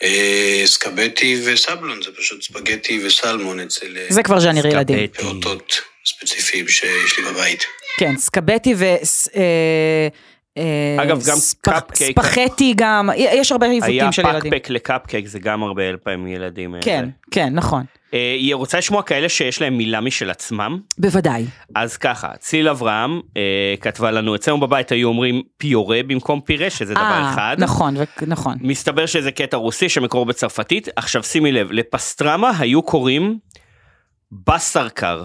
Speaker 5: אה, סקבטי וסבלון זה פשוט ספגטי וסלמון אצל אה,
Speaker 1: זה כבר ז'אנר ילדים.
Speaker 5: פעוטות ספציפיים שיש לי בבית.
Speaker 1: כן, סקבטי ו... ס- אה, אה,
Speaker 2: אגב, גם
Speaker 1: ספ-
Speaker 2: קפקייק.
Speaker 1: ספחטי גם, יש הרבה
Speaker 2: היה
Speaker 1: עיוותים של ילדים.
Speaker 2: פקפק לקפקק, זה גם הרבה פעמים ילדים. אה,
Speaker 1: כן,
Speaker 2: זה.
Speaker 1: כן, נכון.
Speaker 2: אה, היא רוצה לשמוע כאלה שיש להם מילה משל עצמם?
Speaker 1: בוודאי.
Speaker 2: אז ככה, ציל אברהם אה, כתבה לנו, אצלנו בבית היו אומרים פיורה במקום פירה, שזה דבר
Speaker 1: אה,
Speaker 2: אחד.
Speaker 1: נכון, ו- נכון.
Speaker 2: מסתבר שזה קטע רוסי שמקורו בצרפתית. עכשיו שימי לב, לפסטרמה היו קוראים בשר קר,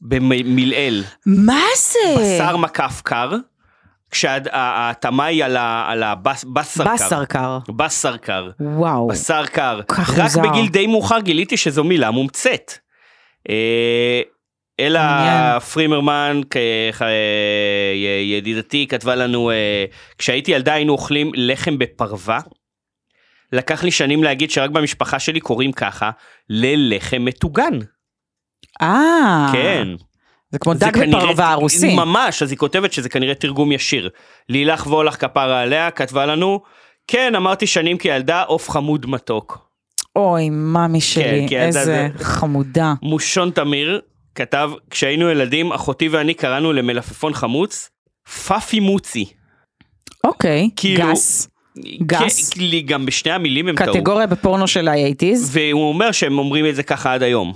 Speaker 2: במלעיל,
Speaker 1: מה זה?
Speaker 2: בשר מקף קר, כשההתאמה היא על ה- על הבשר קר.
Speaker 1: בשר קר.
Speaker 2: בשר קר.
Speaker 1: וואו.
Speaker 2: בשר קר.
Speaker 1: כן. כך
Speaker 2: רק
Speaker 1: מוזר.
Speaker 2: בגיל די מאוחר גיליתי שזו מילה מומצאת. אה, אלה
Speaker 1: מעניין.
Speaker 2: פרימרמן, כ- ח- אה, י- ידידתי, כתבה לנו, אה, כשהייתי ילדה היינו אוכלים לחם בפרווה, לקח לי שנים להגיד שרק במשפחה שלי קוראים ככה ללחם מטוגן.
Speaker 1: אה,
Speaker 2: כן.
Speaker 1: זה כמו
Speaker 2: זה
Speaker 1: דג
Speaker 2: כנראה-
Speaker 1: בפרווה הרוסי.
Speaker 2: ממש, אז היא כותבת שזה כנראה תרגום ישיר. לילך וולך כפרה עליה, כתבה לנו, כן, אמרתי שנים כילדה, עוף חמוד מתוק.
Speaker 1: אוי, מאמי שלי,
Speaker 2: כן, אתה-
Speaker 1: איזה
Speaker 2: זה-
Speaker 1: חמודה.
Speaker 2: מושון תמיר כתב, כשהיינו ילדים, אחותי ואני קראנו למלפפון חמוץ, פאפי מוצי.
Speaker 1: אוקיי,
Speaker 2: כאילו-
Speaker 1: גס. גס.
Speaker 2: כן, לי גם בשני המילים הם טעו.
Speaker 1: קטגוריה בפורנו של ה-80's.
Speaker 2: והוא אומר שהם אומרים את זה ככה עד היום.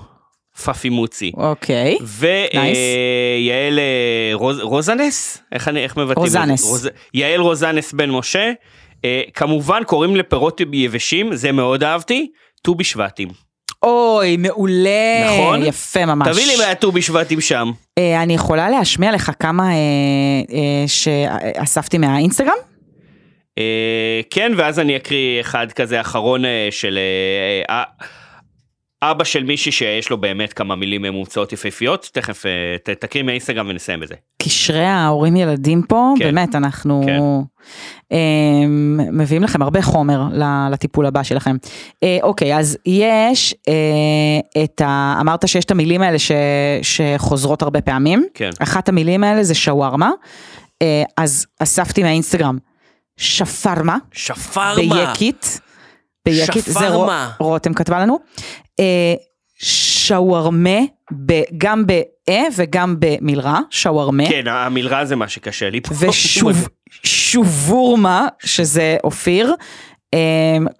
Speaker 2: פאפי מוצי.
Speaker 1: אוקיי. Nice.
Speaker 2: ויעל אה, רוז, רוזנס? איך, אני- איך מבטאים? את זה?
Speaker 1: רוזנס.
Speaker 2: יעל רוזנס בן משה. אה, כמובן קוראים לפירות יבשים, זה מאוד אהבתי, ט"ו בשבטים.
Speaker 1: אוי, מעולה.
Speaker 2: נכון?
Speaker 1: יפה ממש.
Speaker 2: תביא לי מהט"ו בשבטים שם.
Speaker 1: אה, אני יכולה להשמיע לך כמה אה, אה, שאספתי מהאינסטגרם?
Speaker 2: אה, כן, ואז אני אקריא אחד כזה אחרון אה, של אה, אה, אבא של מישהי שיש לו באמת כמה מילים ממומצאות יפהפיות, תכף אה, ת- תקריא מהאינסטגרם ונסיים בזה.
Speaker 1: אה? קשרי ההורים ילדים פה,
Speaker 2: כן.
Speaker 1: באמת, אנחנו
Speaker 2: כן.
Speaker 1: אה, מביאים לכם הרבה חומר ל- לטיפול הבא שלכם. אה, אוקיי, אז יש אה, את ה... אמרת שיש את המילים האלה ש, שחוזרות הרבה פעמים.
Speaker 2: כן.
Speaker 1: אחת המילים האלה זה שווארמה, אה, אז אספתי מהאינסטגרם שפרמה,
Speaker 2: שפרמה.
Speaker 1: ביקית, ביקית, זה רו-
Speaker 2: שפרמה.
Speaker 1: רותם כתבה לנו, אה, שווארמה, ב- גם ב-אה וגם במלרע, שווארמה,
Speaker 2: כן, אוקיי. המלרע זה מה שקשה לי פה.
Speaker 1: ושובורמה, שזה אופיר. אמ,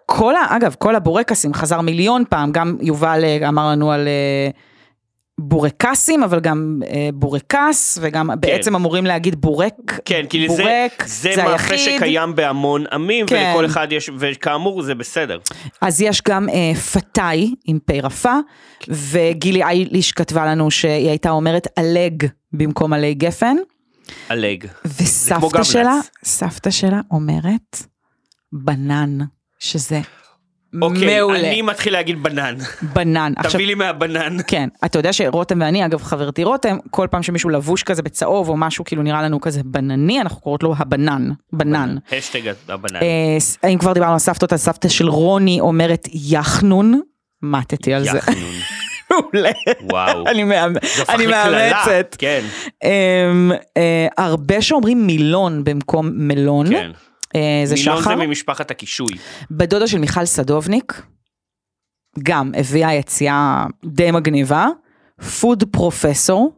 Speaker 1: כל ה... אגב, כל הבורקסים חזר מיליון פעם, גם יובל אה, אמר לנו על אה, בורקסים, אבל גם אה, בורקס, וגם בעצם אמורים להגיד בורק,
Speaker 2: [laughs] כן, כי זה,
Speaker 1: בורק,
Speaker 2: זה, מאפה שקיים בהמון עמים,
Speaker 1: כן.
Speaker 2: ולכל אחד יש, וכאמור זה בסדר.
Speaker 1: אז יש גם אה, פתאי עם פי רפה,
Speaker 2: כן.
Speaker 1: וגילי אייליש כתבה לנו שהיא הייתה אומרת עלג במקום עלי גפן,
Speaker 2: עלג. כמו
Speaker 1: וסבתא
Speaker 2: גבלץ.
Speaker 1: שלה, סבתא שלה אומרת בנן, שזה
Speaker 2: אוקיי,
Speaker 1: מעולה,
Speaker 2: אני מתחיל להגיד בנן.
Speaker 1: בנן. עכשיו,
Speaker 2: תביא לי מהבנן.
Speaker 1: כן, אתה יודע שרותם ואני, אגב חברתי רותם, כל פעם שמישהו לבוש כזה בצהוב או משהו כאילו נראה לנו כזה בנני, אנחנו קוראות לו הבנן, בנן.
Speaker 2: השטג הבנן.
Speaker 1: אה, ס- אם כבר דיברנו על סבתות, אז סבתא של רוני אומרת יחנון, מתתי על זה.
Speaker 2: יחנון.
Speaker 1: מעולה.
Speaker 2: [laughs] וואו.
Speaker 1: [laughs] אני מאמ-
Speaker 2: זה הפך
Speaker 1: אני
Speaker 2: לקללה.
Speaker 1: מאמצת.
Speaker 2: כן,
Speaker 1: אמ, אה, הרבה שאומרים מילון במקום מלון,
Speaker 2: כן.
Speaker 1: אה, זה
Speaker 2: מילון
Speaker 1: שחר.
Speaker 2: לא זה ממשפחת הקישוי.
Speaker 1: בדודה של מיכל סדובניק, גם הביאה יציאה די מגניבה. פוד פרופסור,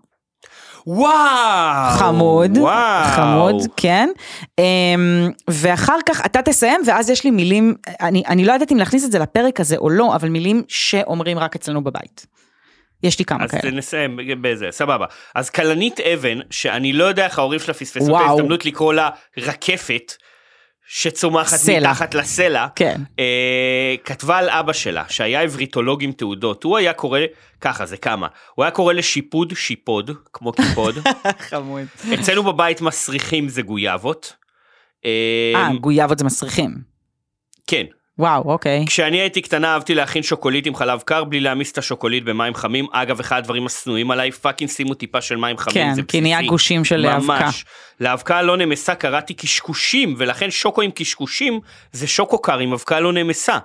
Speaker 2: וואו.
Speaker 1: חמוד,
Speaker 2: אה, וואו.
Speaker 1: חמוד, כן. אמ, ואחר כך אתה תסיים ואז יש לי מילים, אני, אני לא יודעת אם להכניס את זה לפרק הזה או לא, אבל מילים שאומרים רק אצלנו בבית. יש לי כמה
Speaker 2: אז
Speaker 1: כאלה.
Speaker 2: נסיים בזה, סבבה. אז כלנית אבן, שאני לא יודע איך ההורים שלה פספסו את
Speaker 1: וואו.
Speaker 2: ההזדמנות לקרוא לה רקפת, שצומחת
Speaker 1: סלע.
Speaker 2: מתחת לסלע,
Speaker 1: כן.
Speaker 2: אה, כתבה על אבא שלה, שהיה עבריתולוג עם תעודות. הוא היה קורא, ככה זה כמה, הוא היה קורא לשיפוד שיפוד,
Speaker 1: [laughs]
Speaker 2: כמו קיפוד.
Speaker 1: חמוד.
Speaker 2: אצלנו בבית מסריחים זה גויאבות. אה,
Speaker 1: אה, גויאבות זה מסריחים.
Speaker 2: כן.
Speaker 1: וואו, אוקיי.
Speaker 2: כשאני הייתי קטנה אהבתי להכין שוקולית עם חלב קר בלי להעמיס את השוקולית במים חמים. אגב, אחד הדברים השנואים עליי, פאקינג שימו טיפה של מים חמים,
Speaker 1: כן,
Speaker 2: זה
Speaker 1: כי
Speaker 2: בסיסי.
Speaker 1: נהיה גושים של האבקה.
Speaker 2: ממש. לאבקה לא נמסה קראתי קשקושים, ולכן שוקו עם קשקושים זה שוקו קר עם אבקה לא נמסה.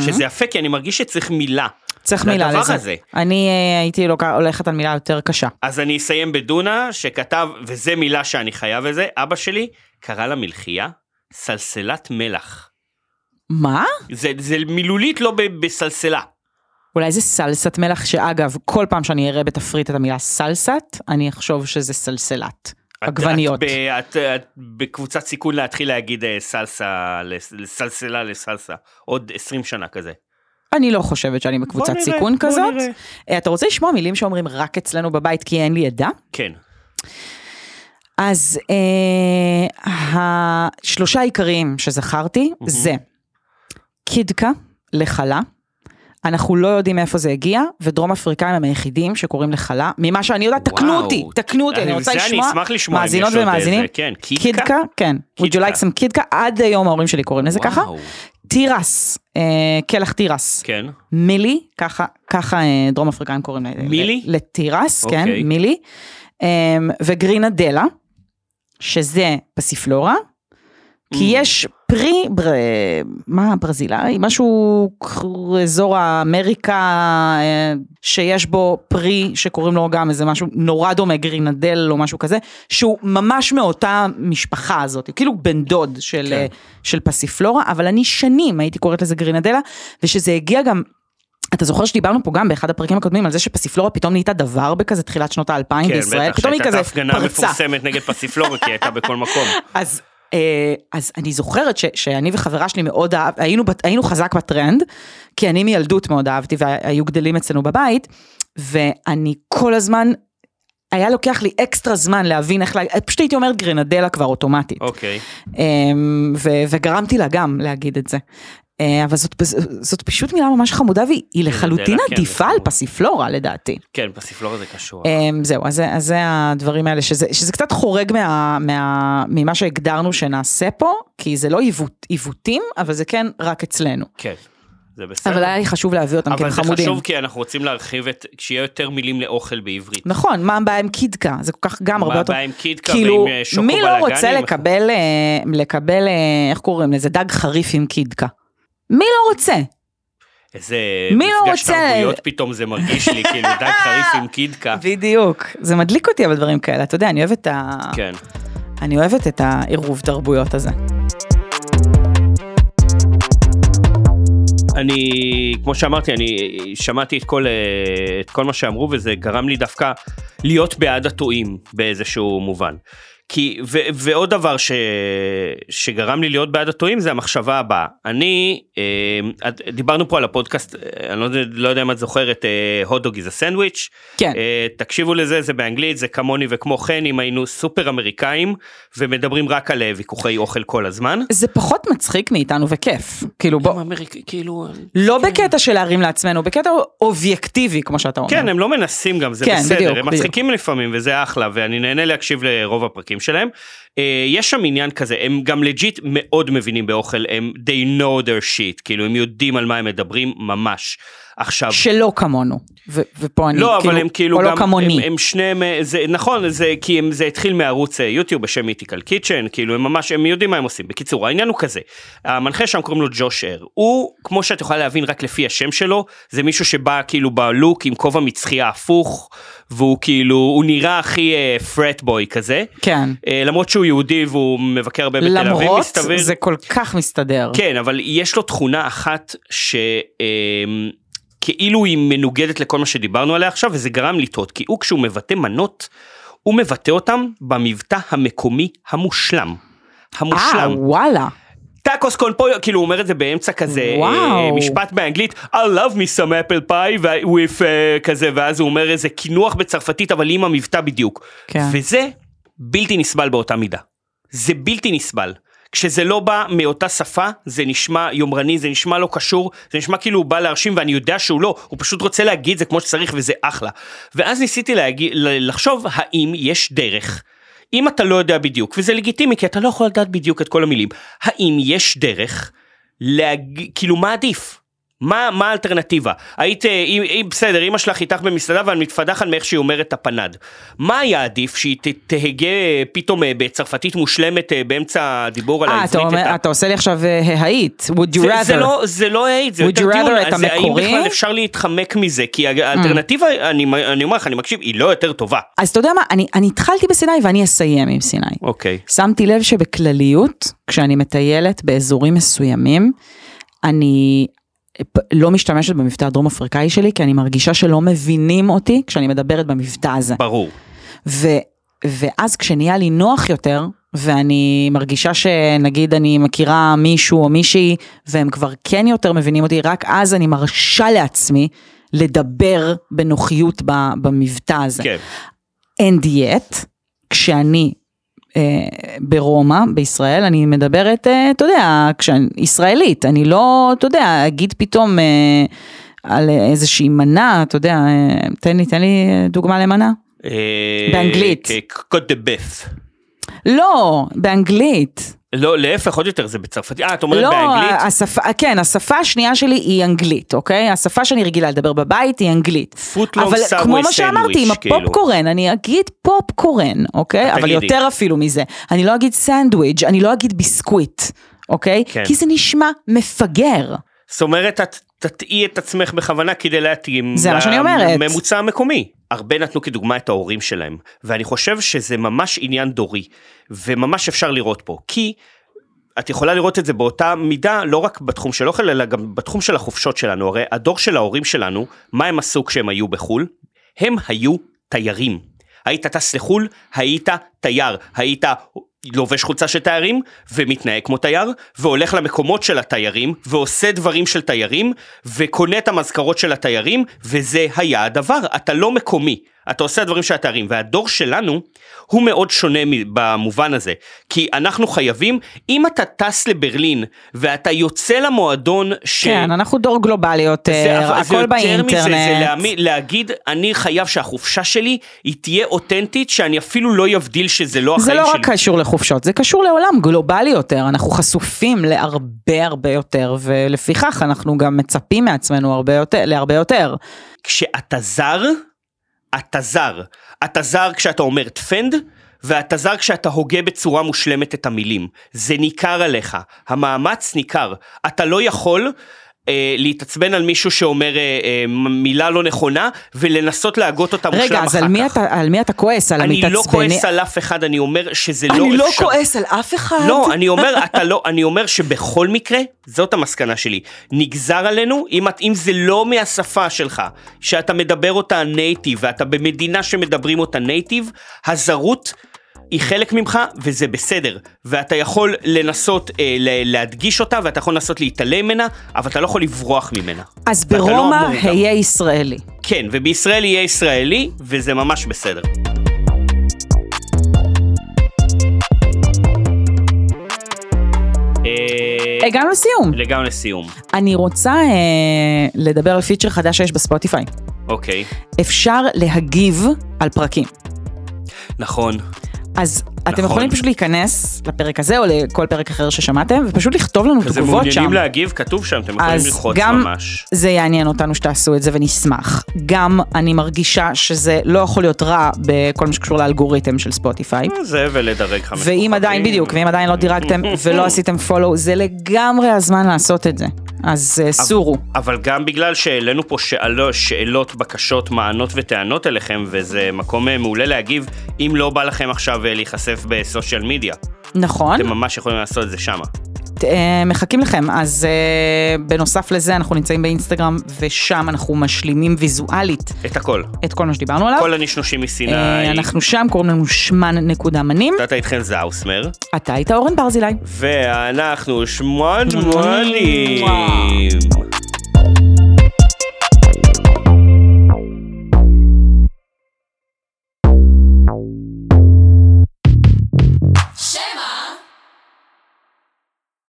Speaker 2: שזה יפה, כי אני מרגיש שצריך מילה.
Speaker 1: Mm-hmm. צריך מילה
Speaker 2: לדבר
Speaker 1: לזה.
Speaker 2: הזה.
Speaker 1: אני אה, הייתי לוקח- הולכת על מילה יותר קשה.
Speaker 2: אז אני אסיים בדונה, שכתב, וזה מילה שאני חייב לזה, אבא שלי קרא לה מלחייה, סלסלת מלח.
Speaker 1: מה?
Speaker 2: זה, זה מילולית לא ב- בסלסלה.
Speaker 1: אולי זה סלסת מלח, שאגב, כל פעם שאני אראה בתפריט את המילה סלסת, אני אחשוב שזה סלסלת.
Speaker 2: את-
Speaker 1: עגבניות.
Speaker 2: את, ב- את, את בקבוצת סיכון להתחיל להגיד אה, סלסה, לס- לסלסלה לסלסה, עוד 20 שנה כזה.
Speaker 1: אני לא חושבת שאני בקבוצת
Speaker 2: נראה,
Speaker 1: סיכון
Speaker 2: בוא
Speaker 1: כזאת.
Speaker 2: נראה.
Speaker 1: אה, אתה רוצה לשמוע מילים שאומרים רק אצלנו בבית כי אין לי עדה?
Speaker 2: כן.
Speaker 1: אז אה, השלושה העיקריים שזכרתי זה קידקה לחלה. אנחנו לא יודעים מאיפה זה הגיע, ודרום אפריקאים הם היחידים שקוראים לחלה. ממה שאני יודעת, תקנו
Speaker 2: וואו.
Speaker 1: אותי, תקנו אותי, אני
Speaker 2: אה,
Speaker 1: רוצה
Speaker 2: זה
Speaker 1: לשמוע.
Speaker 2: אני אשמח לשמוע אם יש
Speaker 1: מאזינות
Speaker 2: עוד איזה,
Speaker 1: ומאזינים.
Speaker 2: כן, קידקה?
Speaker 1: קידקה, כן. would you
Speaker 2: קידקה.
Speaker 1: like some קידקה? עד היום ההורים שלי קוראים לזה ככה.
Speaker 2: וואו.
Speaker 1: תירס, אה, קלח תירס.
Speaker 2: כן.
Speaker 1: מילי, ככה, ככה אה, דרום אפריקאים קוראים לזה.
Speaker 2: מילי?
Speaker 1: לתירס, כן,
Speaker 2: אוקיי.
Speaker 1: מילי. אמ,
Speaker 2: Mm.
Speaker 1: אה, וגרינדלה, שזה פסיפלורה. כי יש פרי, בר... מה, ברזילאי? משהו כ- אזור האמריקה אה, שיש בו פרי שקוראים לו גם איזה משהו נורא דומה, גרינדל או משהו כזה, שהוא ממש מאותה משפחה הזאת, כאילו בן דוד של, כן. של פסיפלורה, אבל אני שנים הייתי קוראת לזה גרינדלה, ושזה הגיע גם... אתה זוכר שדיברנו פה גם באחד הפרקים הקודמים על זה שפסיפלורה פתאום נהייתה דבר בכזה תחילת שנות האלפיים
Speaker 2: כן,
Speaker 1: בישראל,
Speaker 2: בטח
Speaker 1: פתאום היא
Speaker 2: שהייתה את
Speaker 1: כזה
Speaker 2: ההפגנה
Speaker 1: פרצה.
Speaker 2: המפורסמת נגד פסיפלורה, כי היא הייתה בכל מקום.
Speaker 1: אז, אה, אז אני זוכרת ש, שאני וחברה שלי מאוד אהב, היינו, בת- היינו חזק בטרנד, כי אני מילדות מאוד אהבתי והיו גדלים אצלנו בבית, ואני כל הזמן, היה לוקח לי אקסטרה זמן להבין איך, לה- פשוט הייתי אומרת גרנדלה כבר אוטומטית.
Speaker 2: אוקיי.
Speaker 1: אמ, ו- וגרמתי לה גם להגיד את זה. אה, אבל זאת, זאת פשוט מילה ממש חמודה והיא היא לחלוטין
Speaker 2: גרנדלה, כן, זה
Speaker 1: עדיפה על
Speaker 2: חמוד.
Speaker 1: פסיפלורה לדעתי.
Speaker 2: כן, פסיפלורה זה קשור.
Speaker 1: אמ, זהו, אז זה, אז זה הדברים האלה, שזה, שזה קצת חורג מה, מה, ממה שהגדרנו שנעשה פה, כי זה לא עיוות, עיוותים, אבל זה כן רק אצלנו.
Speaker 2: כן, זה בסדר.
Speaker 1: אבל היה לי חשוב להביא אותם, כי
Speaker 2: אבל
Speaker 1: הם
Speaker 2: זה
Speaker 1: חמודים.
Speaker 2: חשוב כי אנחנו רוצים להרחיב את, שיהיה יותר מילים לאוכל בעברית.
Speaker 1: נכון, מה הבעיה עם קידקה? זה כל כך גם הרבה
Speaker 2: מה
Speaker 1: יותר...
Speaker 2: הבעיה עם קידקה
Speaker 1: כאילו,
Speaker 2: ועם, אה, שוקו
Speaker 1: מי לא רוצה
Speaker 2: בלאגנים?
Speaker 1: לקבל, אה, לקבל, אה, איך קוראים לזה, דג חריף עם קידקה? מי לא רוצה?
Speaker 2: איזה
Speaker 1: מי לא
Speaker 2: מפגש
Speaker 1: רוצה?
Speaker 2: תרבויות פתאום זה מרגיש לי, כאילו
Speaker 1: [laughs]
Speaker 2: דג חריף עם קידקה.
Speaker 1: בדיוק. זה מדליק אותי אבל דברים כאלה, אתה יודע, אני אוהבת, ה...
Speaker 2: כן.
Speaker 1: אני אוהבת את העירוב תרבויות הזה.
Speaker 2: אני, כמו שאמרתי, אני שמעתי את כל, אה, את כל מה שאמרו וזה גרם לי דווקא להיות בעד הטועים באיזשהו מובן. כי, ו, ועוד דבר ש, שגרם לי להיות בעד הטועים זה המחשבה הבאה. אני, אה, את- דיברנו פה על הפודקאסט, אה, אני לא, יודע- לא יודע אם את זוכרת, אה, הודוג איזה סנדוויץ'.
Speaker 1: כן.
Speaker 2: אה, תקשיבו לזה, זה באנגלית, זה כמוני וכמו חן, אם היינו סופר אמריקאים ומדברים רק על אה, ויכוחי אוכל כל הזמן.
Speaker 1: זה פחות מצחיק מאיתנו וכיף. כאילו, בוא,
Speaker 2: אמריקאי, כאילו...
Speaker 1: לא בקטע של להרים לעצמנו, בקטע אובייקטיבי, כמו שאתה אומר.
Speaker 2: כן, הם לא מנסים גם, זה
Speaker 1: נכון. כן,
Speaker 2: בסדר,
Speaker 1: בדיוק,
Speaker 2: הם
Speaker 1: בדיוק.
Speaker 2: מצחיקים לפעמים וזה אחלה, ואני נהנה להקשיב לרוב הפרקים שלהם. אה, יש שם עניין כזה, הם גם לג'יט מאוד מבינים באוכל, הם they know their shit, כאילו הם יודעים על מה הם מדברים ממש. עכשיו,
Speaker 1: שלא כמונו. ו- ופה אני,
Speaker 2: לא,
Speaker 1: כאילו,
Speaker 2: אבל הם כאילו
Speaker 1: או
Speaker 2: גם,
Speaker 1: לא כמוני.
Speaker 2: הם, הם שניהם, אה, זה, נכון, זה, כי הם, זה התחיל מערוץ אה, יוטיוב בשם מיתיקל קיצ'ן, כאילו הם ממש, הם יודעים מה הם עושים. בקיצור, העניין הוא כזה, המנחה שם קוראים לו ג'וש אר, הוא, כמו שאת יכולה להבין רק לפי השם שלו, זה מישהו שבא כאילו בלוק עם כובע מצחייה הפוך, והוא כאילו, הוא נראה הכי פרט בוי כזה.
Speaker 1: כן.
Speaker 2: אה, למרות שהוא יהודי והוא מבקר הרבה בתל אביב, מסתבר.
Speaker 1: למרות, זה כל כך מסתדר.
Speaker 2: כן, אבל יש לו תכונה אחת שכאילו היא מנוגדת לכל מה שדיברנו עליה עכשיו, וזה גרם לי טעות, כי הוא כשהוא מבטא מנות, הוא מבטא אותם במבטא המקומי המושלם.
Speaker 1: אה,
Speaker 2: המושלם.
Speaker 1: וואלה.
Speaker 2: טאקוס קון פויו, כאילו הוא אומר את זה באמצע כזה,
Speaker 1: וואו.
Speaker 2: אה, משפט באנגלית, I love me some apple pie ו- with אה, כזה, ואז הוא אומר איזה קינוח בצרפתית, אבל עם המבטא בדיוק.
Speaker 1: כן.
Speaker 2: וזה בלתי נסבל באותה מידה. זה בלתי נסבל. כשזה לא בא מאותה שפה, זה נשמע יומרני, זה נשמע לא קשור, זה נשמע כאילו הוא בא להרשים ואני יודע שהוא לא, הוא פשוט רוצה להגיד זה כמו שצריך וזה אחלה. ואז ניסיתי להגיד, ל- לחשוב האם יש דרך, אם אתה לא יודע בדיוק, וזה לגיטימי כי אתה לא יכול לדעת בדיוק את כל המילים, האם יש דרך, להג... כאילו מה עדיף? מה, מה האלטרנטיבה? היית, אה, אם, אם, בסדר, אמא שלך איתך במסעדה אבל מתפדחת מאיך שהיא אומרת הפנד. מה היה עדיף שהיא ת- תהגה אה, פתאום אה, בצרפתית מושלמת אה, באמצע הדיבור על
Speaker 1: אה, אתה
Speaker 2: העברית? את ה-
Speaker 1: אומר- אתה עושה לי עכשיו אה, ההאית, would you
Speaker 2: זה, זה
Speaker 1: rather.
Speaker 2: לא, זה לא העיד, זה
Speaker 1: Would
Speaker 2: יותר
Speaker 1: you rather
Speaker 2: דיון,
Speaker 1: את
Speaker 2: אז האם
Speaker 1: המקורי?
Speaker 2: בכלל אפשר להתחמק מזה? כי האלטרנטיבה, אני, אני אומר לך, אני מקשיב, היא לא יותר טובה.
Speaker 1: אז אתה יודע מה, אני אני התחלתי בסיני ואני אסיים עם סיני.
Speaker 2: אוקיי.
Speaker 1: שמתי לב שבכלליות, כשאני מטיילת באזורים מסוימים, אני פ- לא משתמשת במבטא הדרום אפריקאי שלי, כי אני מרגישה שלא מבינים אותי כשאני מדברת במבטא הזה.
Speaker 2: ברור.
Speaker 1: ו, ואז כשנהיה לי נוח יותר, ואני מרגישה שנגיד אני מכירה מישהו או מישהי, והם כבר כן יותר מבינים אותי, רק אז אני מרשה לעצמי לדבר בנוחיות ב- במבטא הזה.
Speaker 2: כן.
Speaker 1: אין דיאט, כשאני אה, ברומא, בישראל, אני מדברת, אה, אתה יודע, כשאני ישראלית, אני לא, אתה יודע, אגיד פתאום אה, על איזושהי מנה, אתה יודע, אה, תן לי, תן לי אה, דוגמה למנה.
Speaker 2: אה,
Speaker 1: באנגלית.
Speaker 2: כ- קוד דה בף.
Speaker 1: לא, באנגלית.
Speaker 2: לא, להפך, עוד יותר, זה בצרפתית. אה, את אומרת
Speaker 1: לא,
Speaker 2: באנגלית?
Speaker 1: השפה, כן, השפה השנייה שלי היא אנגלית, אוקיי? השפה שאני רגילה לדבר בבית היא אנגלית.
Speaker 2: פוטלונג
Speaker 1: אבל
Speaker 2: סאבווי
Speaker 1: כמו מה שאמרתי, עם
Speaker 2: סנדוויץ', כאילו.
Speaker 1: הפופקורן, אני אגיד פופקורן, אוקיי?
Speaker 2: את
Speaker 1: אבל
Speaker 2: תגידי.
Speaker 1: יותר אפילו מזה. אני לא אגיד סנדוויץ', אני לא אגיד ביסקוויט, אוקיי?
Speaker 2: כן.
Speaker 1: כי זה נשמע מפגר.
Speaker 2: זאת אומרת, את תטעי את עצמך בכוונה כדי להתאים
Speaker 1: זה מה שאני אומרת.
Speaker 2: לממוצע המקומי. הרבה נתנו כדוגמה את ההורים שלהם, ואני חושב שזה ממש עניין דורי, וממש אפשר לראות פה, כי את יכולה לראות את זה באותה מידה, לא רק בתחום של אוכל, אלא גם בתחום של החופשות שלנו. הרי הדור של ההורים שלנו, מה הם עשו כשהם היו בחו"ל? הם היו תיירים. היית טס לחו"ל, היית תייר, היית לובש חולצה של תיירים, ומתנהג כמו תייר, והולך למקומות של התיירים, ועושה דברים של תיירים, וקונה את המזכרות של התיירים, וזה היה הדבר, אתה לא מקומי. אתה עושה דברים של התארים, והדור שלנו הוא מאוד שונה מ- במובן הזה. כי אנחנו חייבים, אם אתה טס לברלין ואתה יוצא למועדון ש...
Speaker 1: כן, אנחנו דור גלובלי יותר,
Speaker 2: אבל-
Speaker 1: הכל
Speaker 2: יותר
Speaker 1: באינטרנט.
Speaker 2: מזה, זה להאמין, להגיד, אני חייב שהחופשה שלי, היא תהיה אותנטית, שאני אפילו לא יבדיל שזה לא
Speaker 1: זה
Speaker 2: החיים
Speaker 1: לא
Speaker 2: שלי.
Speaker 1: רק קשור לחופשות, זה קשור לעולם גלובלי יותר, אנחנו חשופים להרבה הרבה יותר, ולפיכך אנחנו גם מצפים מעצמנו הרבה יותר, להרבה יותר.
Speaker 2: כשאתה זר, אתה זר. אתה זר כשאתה אומר דפנד, ואתה זר כשאתה הוגה בצורה מושלמת את המילים. זה ניכר עליך, המאמץ ניכר. אתה לא יכול... אה, להתעצבן על מישהו שאומר אה, אה, מילה לא נכונה ולנסות להגות אותה מושלם אחר כך.
Speaker 1: רגע, אז על מי, אתה, על מי אתה כועס? על
Speaker 2: אני
Speaker 1: המתעצבני?
Speaker 2: לא כועס על אף אחד, אני אומר שזה לא אפשרי.
Speaker 1: אני לא כועס על אף אחד.
Speaker 2: לא, אני אומר, אתה לא, אני אומר שבכל מקרה, זאת המסקנה שלי. נגזר עלינו, אם, את, אם זה לא מהשפה שלך, שאתה מדבר אותה נייטיב, ואתה במדינה שמדברים אותה נייטיב, הזרות היא חלק ממך, וזה בסדר. ואתה יכול לנסות אה, ל- להדגיש אותה, ואתה יכול לנסות להתעלם ממנה, אבל אתה לא יכול לברוח ממנה.
Speaker 1: אז
Speaker 2: ואתה לא
Speaker 1: ברומא
Speaker 2: אמור גם.
Speaker 1: היה ישראלי.
Speaker 2: כן, ובישראל יהיה ישראלי, וזה ממש בסדר. אה,
Speaker 1: הגענו לסיום.
Speaker 2: לגמרי לסיום,
Speaker 1: אני רוצה אה, לדבר על פיצ'ר חדש שיש בספוטיפיי.
Speaker 2: אוקיי.
Speaker 1: אפשר להגיב על פרקים.
Speaker 2: נכון,
Speaker 1: אז אתם
Speaker 2: נכון.
Speaker 1: יכולים פשוט להיכנס לפרק הזה או לכל פרק אחר ששמעתם, ופשוט לכתוב לנו
Speaker 2: אז הם
Speaker 1: תגובות שם.
Speaker 2: מעוניינים להגיב, כתוב שם, אתם יכולים
Speaker 1: אז
Speaker 2: ללחוץ
Speaker 1: גם-
Speaker 2: ממש.
Speaker 1: זה יעניין אותנו שתעשו את זה ונשמח. גם אני מרגישה שזה לא יכול להיות רע בכל מה שקשור לאלגוריתם של ספוטיפיי.
Speaker 2: זה ולדרג חמש
Speaker 1: ואם עדיין, בדיוק, ואם עדיין לא
Speaker 2: [laughs]
Speaker 1: דירקתם ולא עשיתם פולו, זה לגמרי הזמן לעשות את זה. אז אה, סורו.
Speaker 2: אבל גם בגלל שהעלינו פה שאלו, שאלות, בקשות, מענות וטענות אליכם, וזה מקום אה, מעולה להגיב, אם לא בא לכם עכשיו אה, להיחשף בסושיאל מדיה.
Speaker 1: נכון,
Speaker 2: אתם ממש יכולים לעשות את זה שמה.
Speaker 1: אה, מחכים לכם. אז אה, בנוסף לזה, אנחנו נמצאים באינסטגרם, ושם אנחנו משלימים ויזואלית
Speaker 2: את הכל.
Speaker 1: את כל מה שדיברנו עליו.
Speaker 2: כל הנשנושים מסיני.
Speaker 1: אה, אנחנו שם, קוראים לנו שמן נקודה מנים.
Speaker 2: נתת איתכם זאוסמר.
Speaker 1: אתה היית אורן ברזילי.
Speaker 2: ואנחנו שמואל מואלים.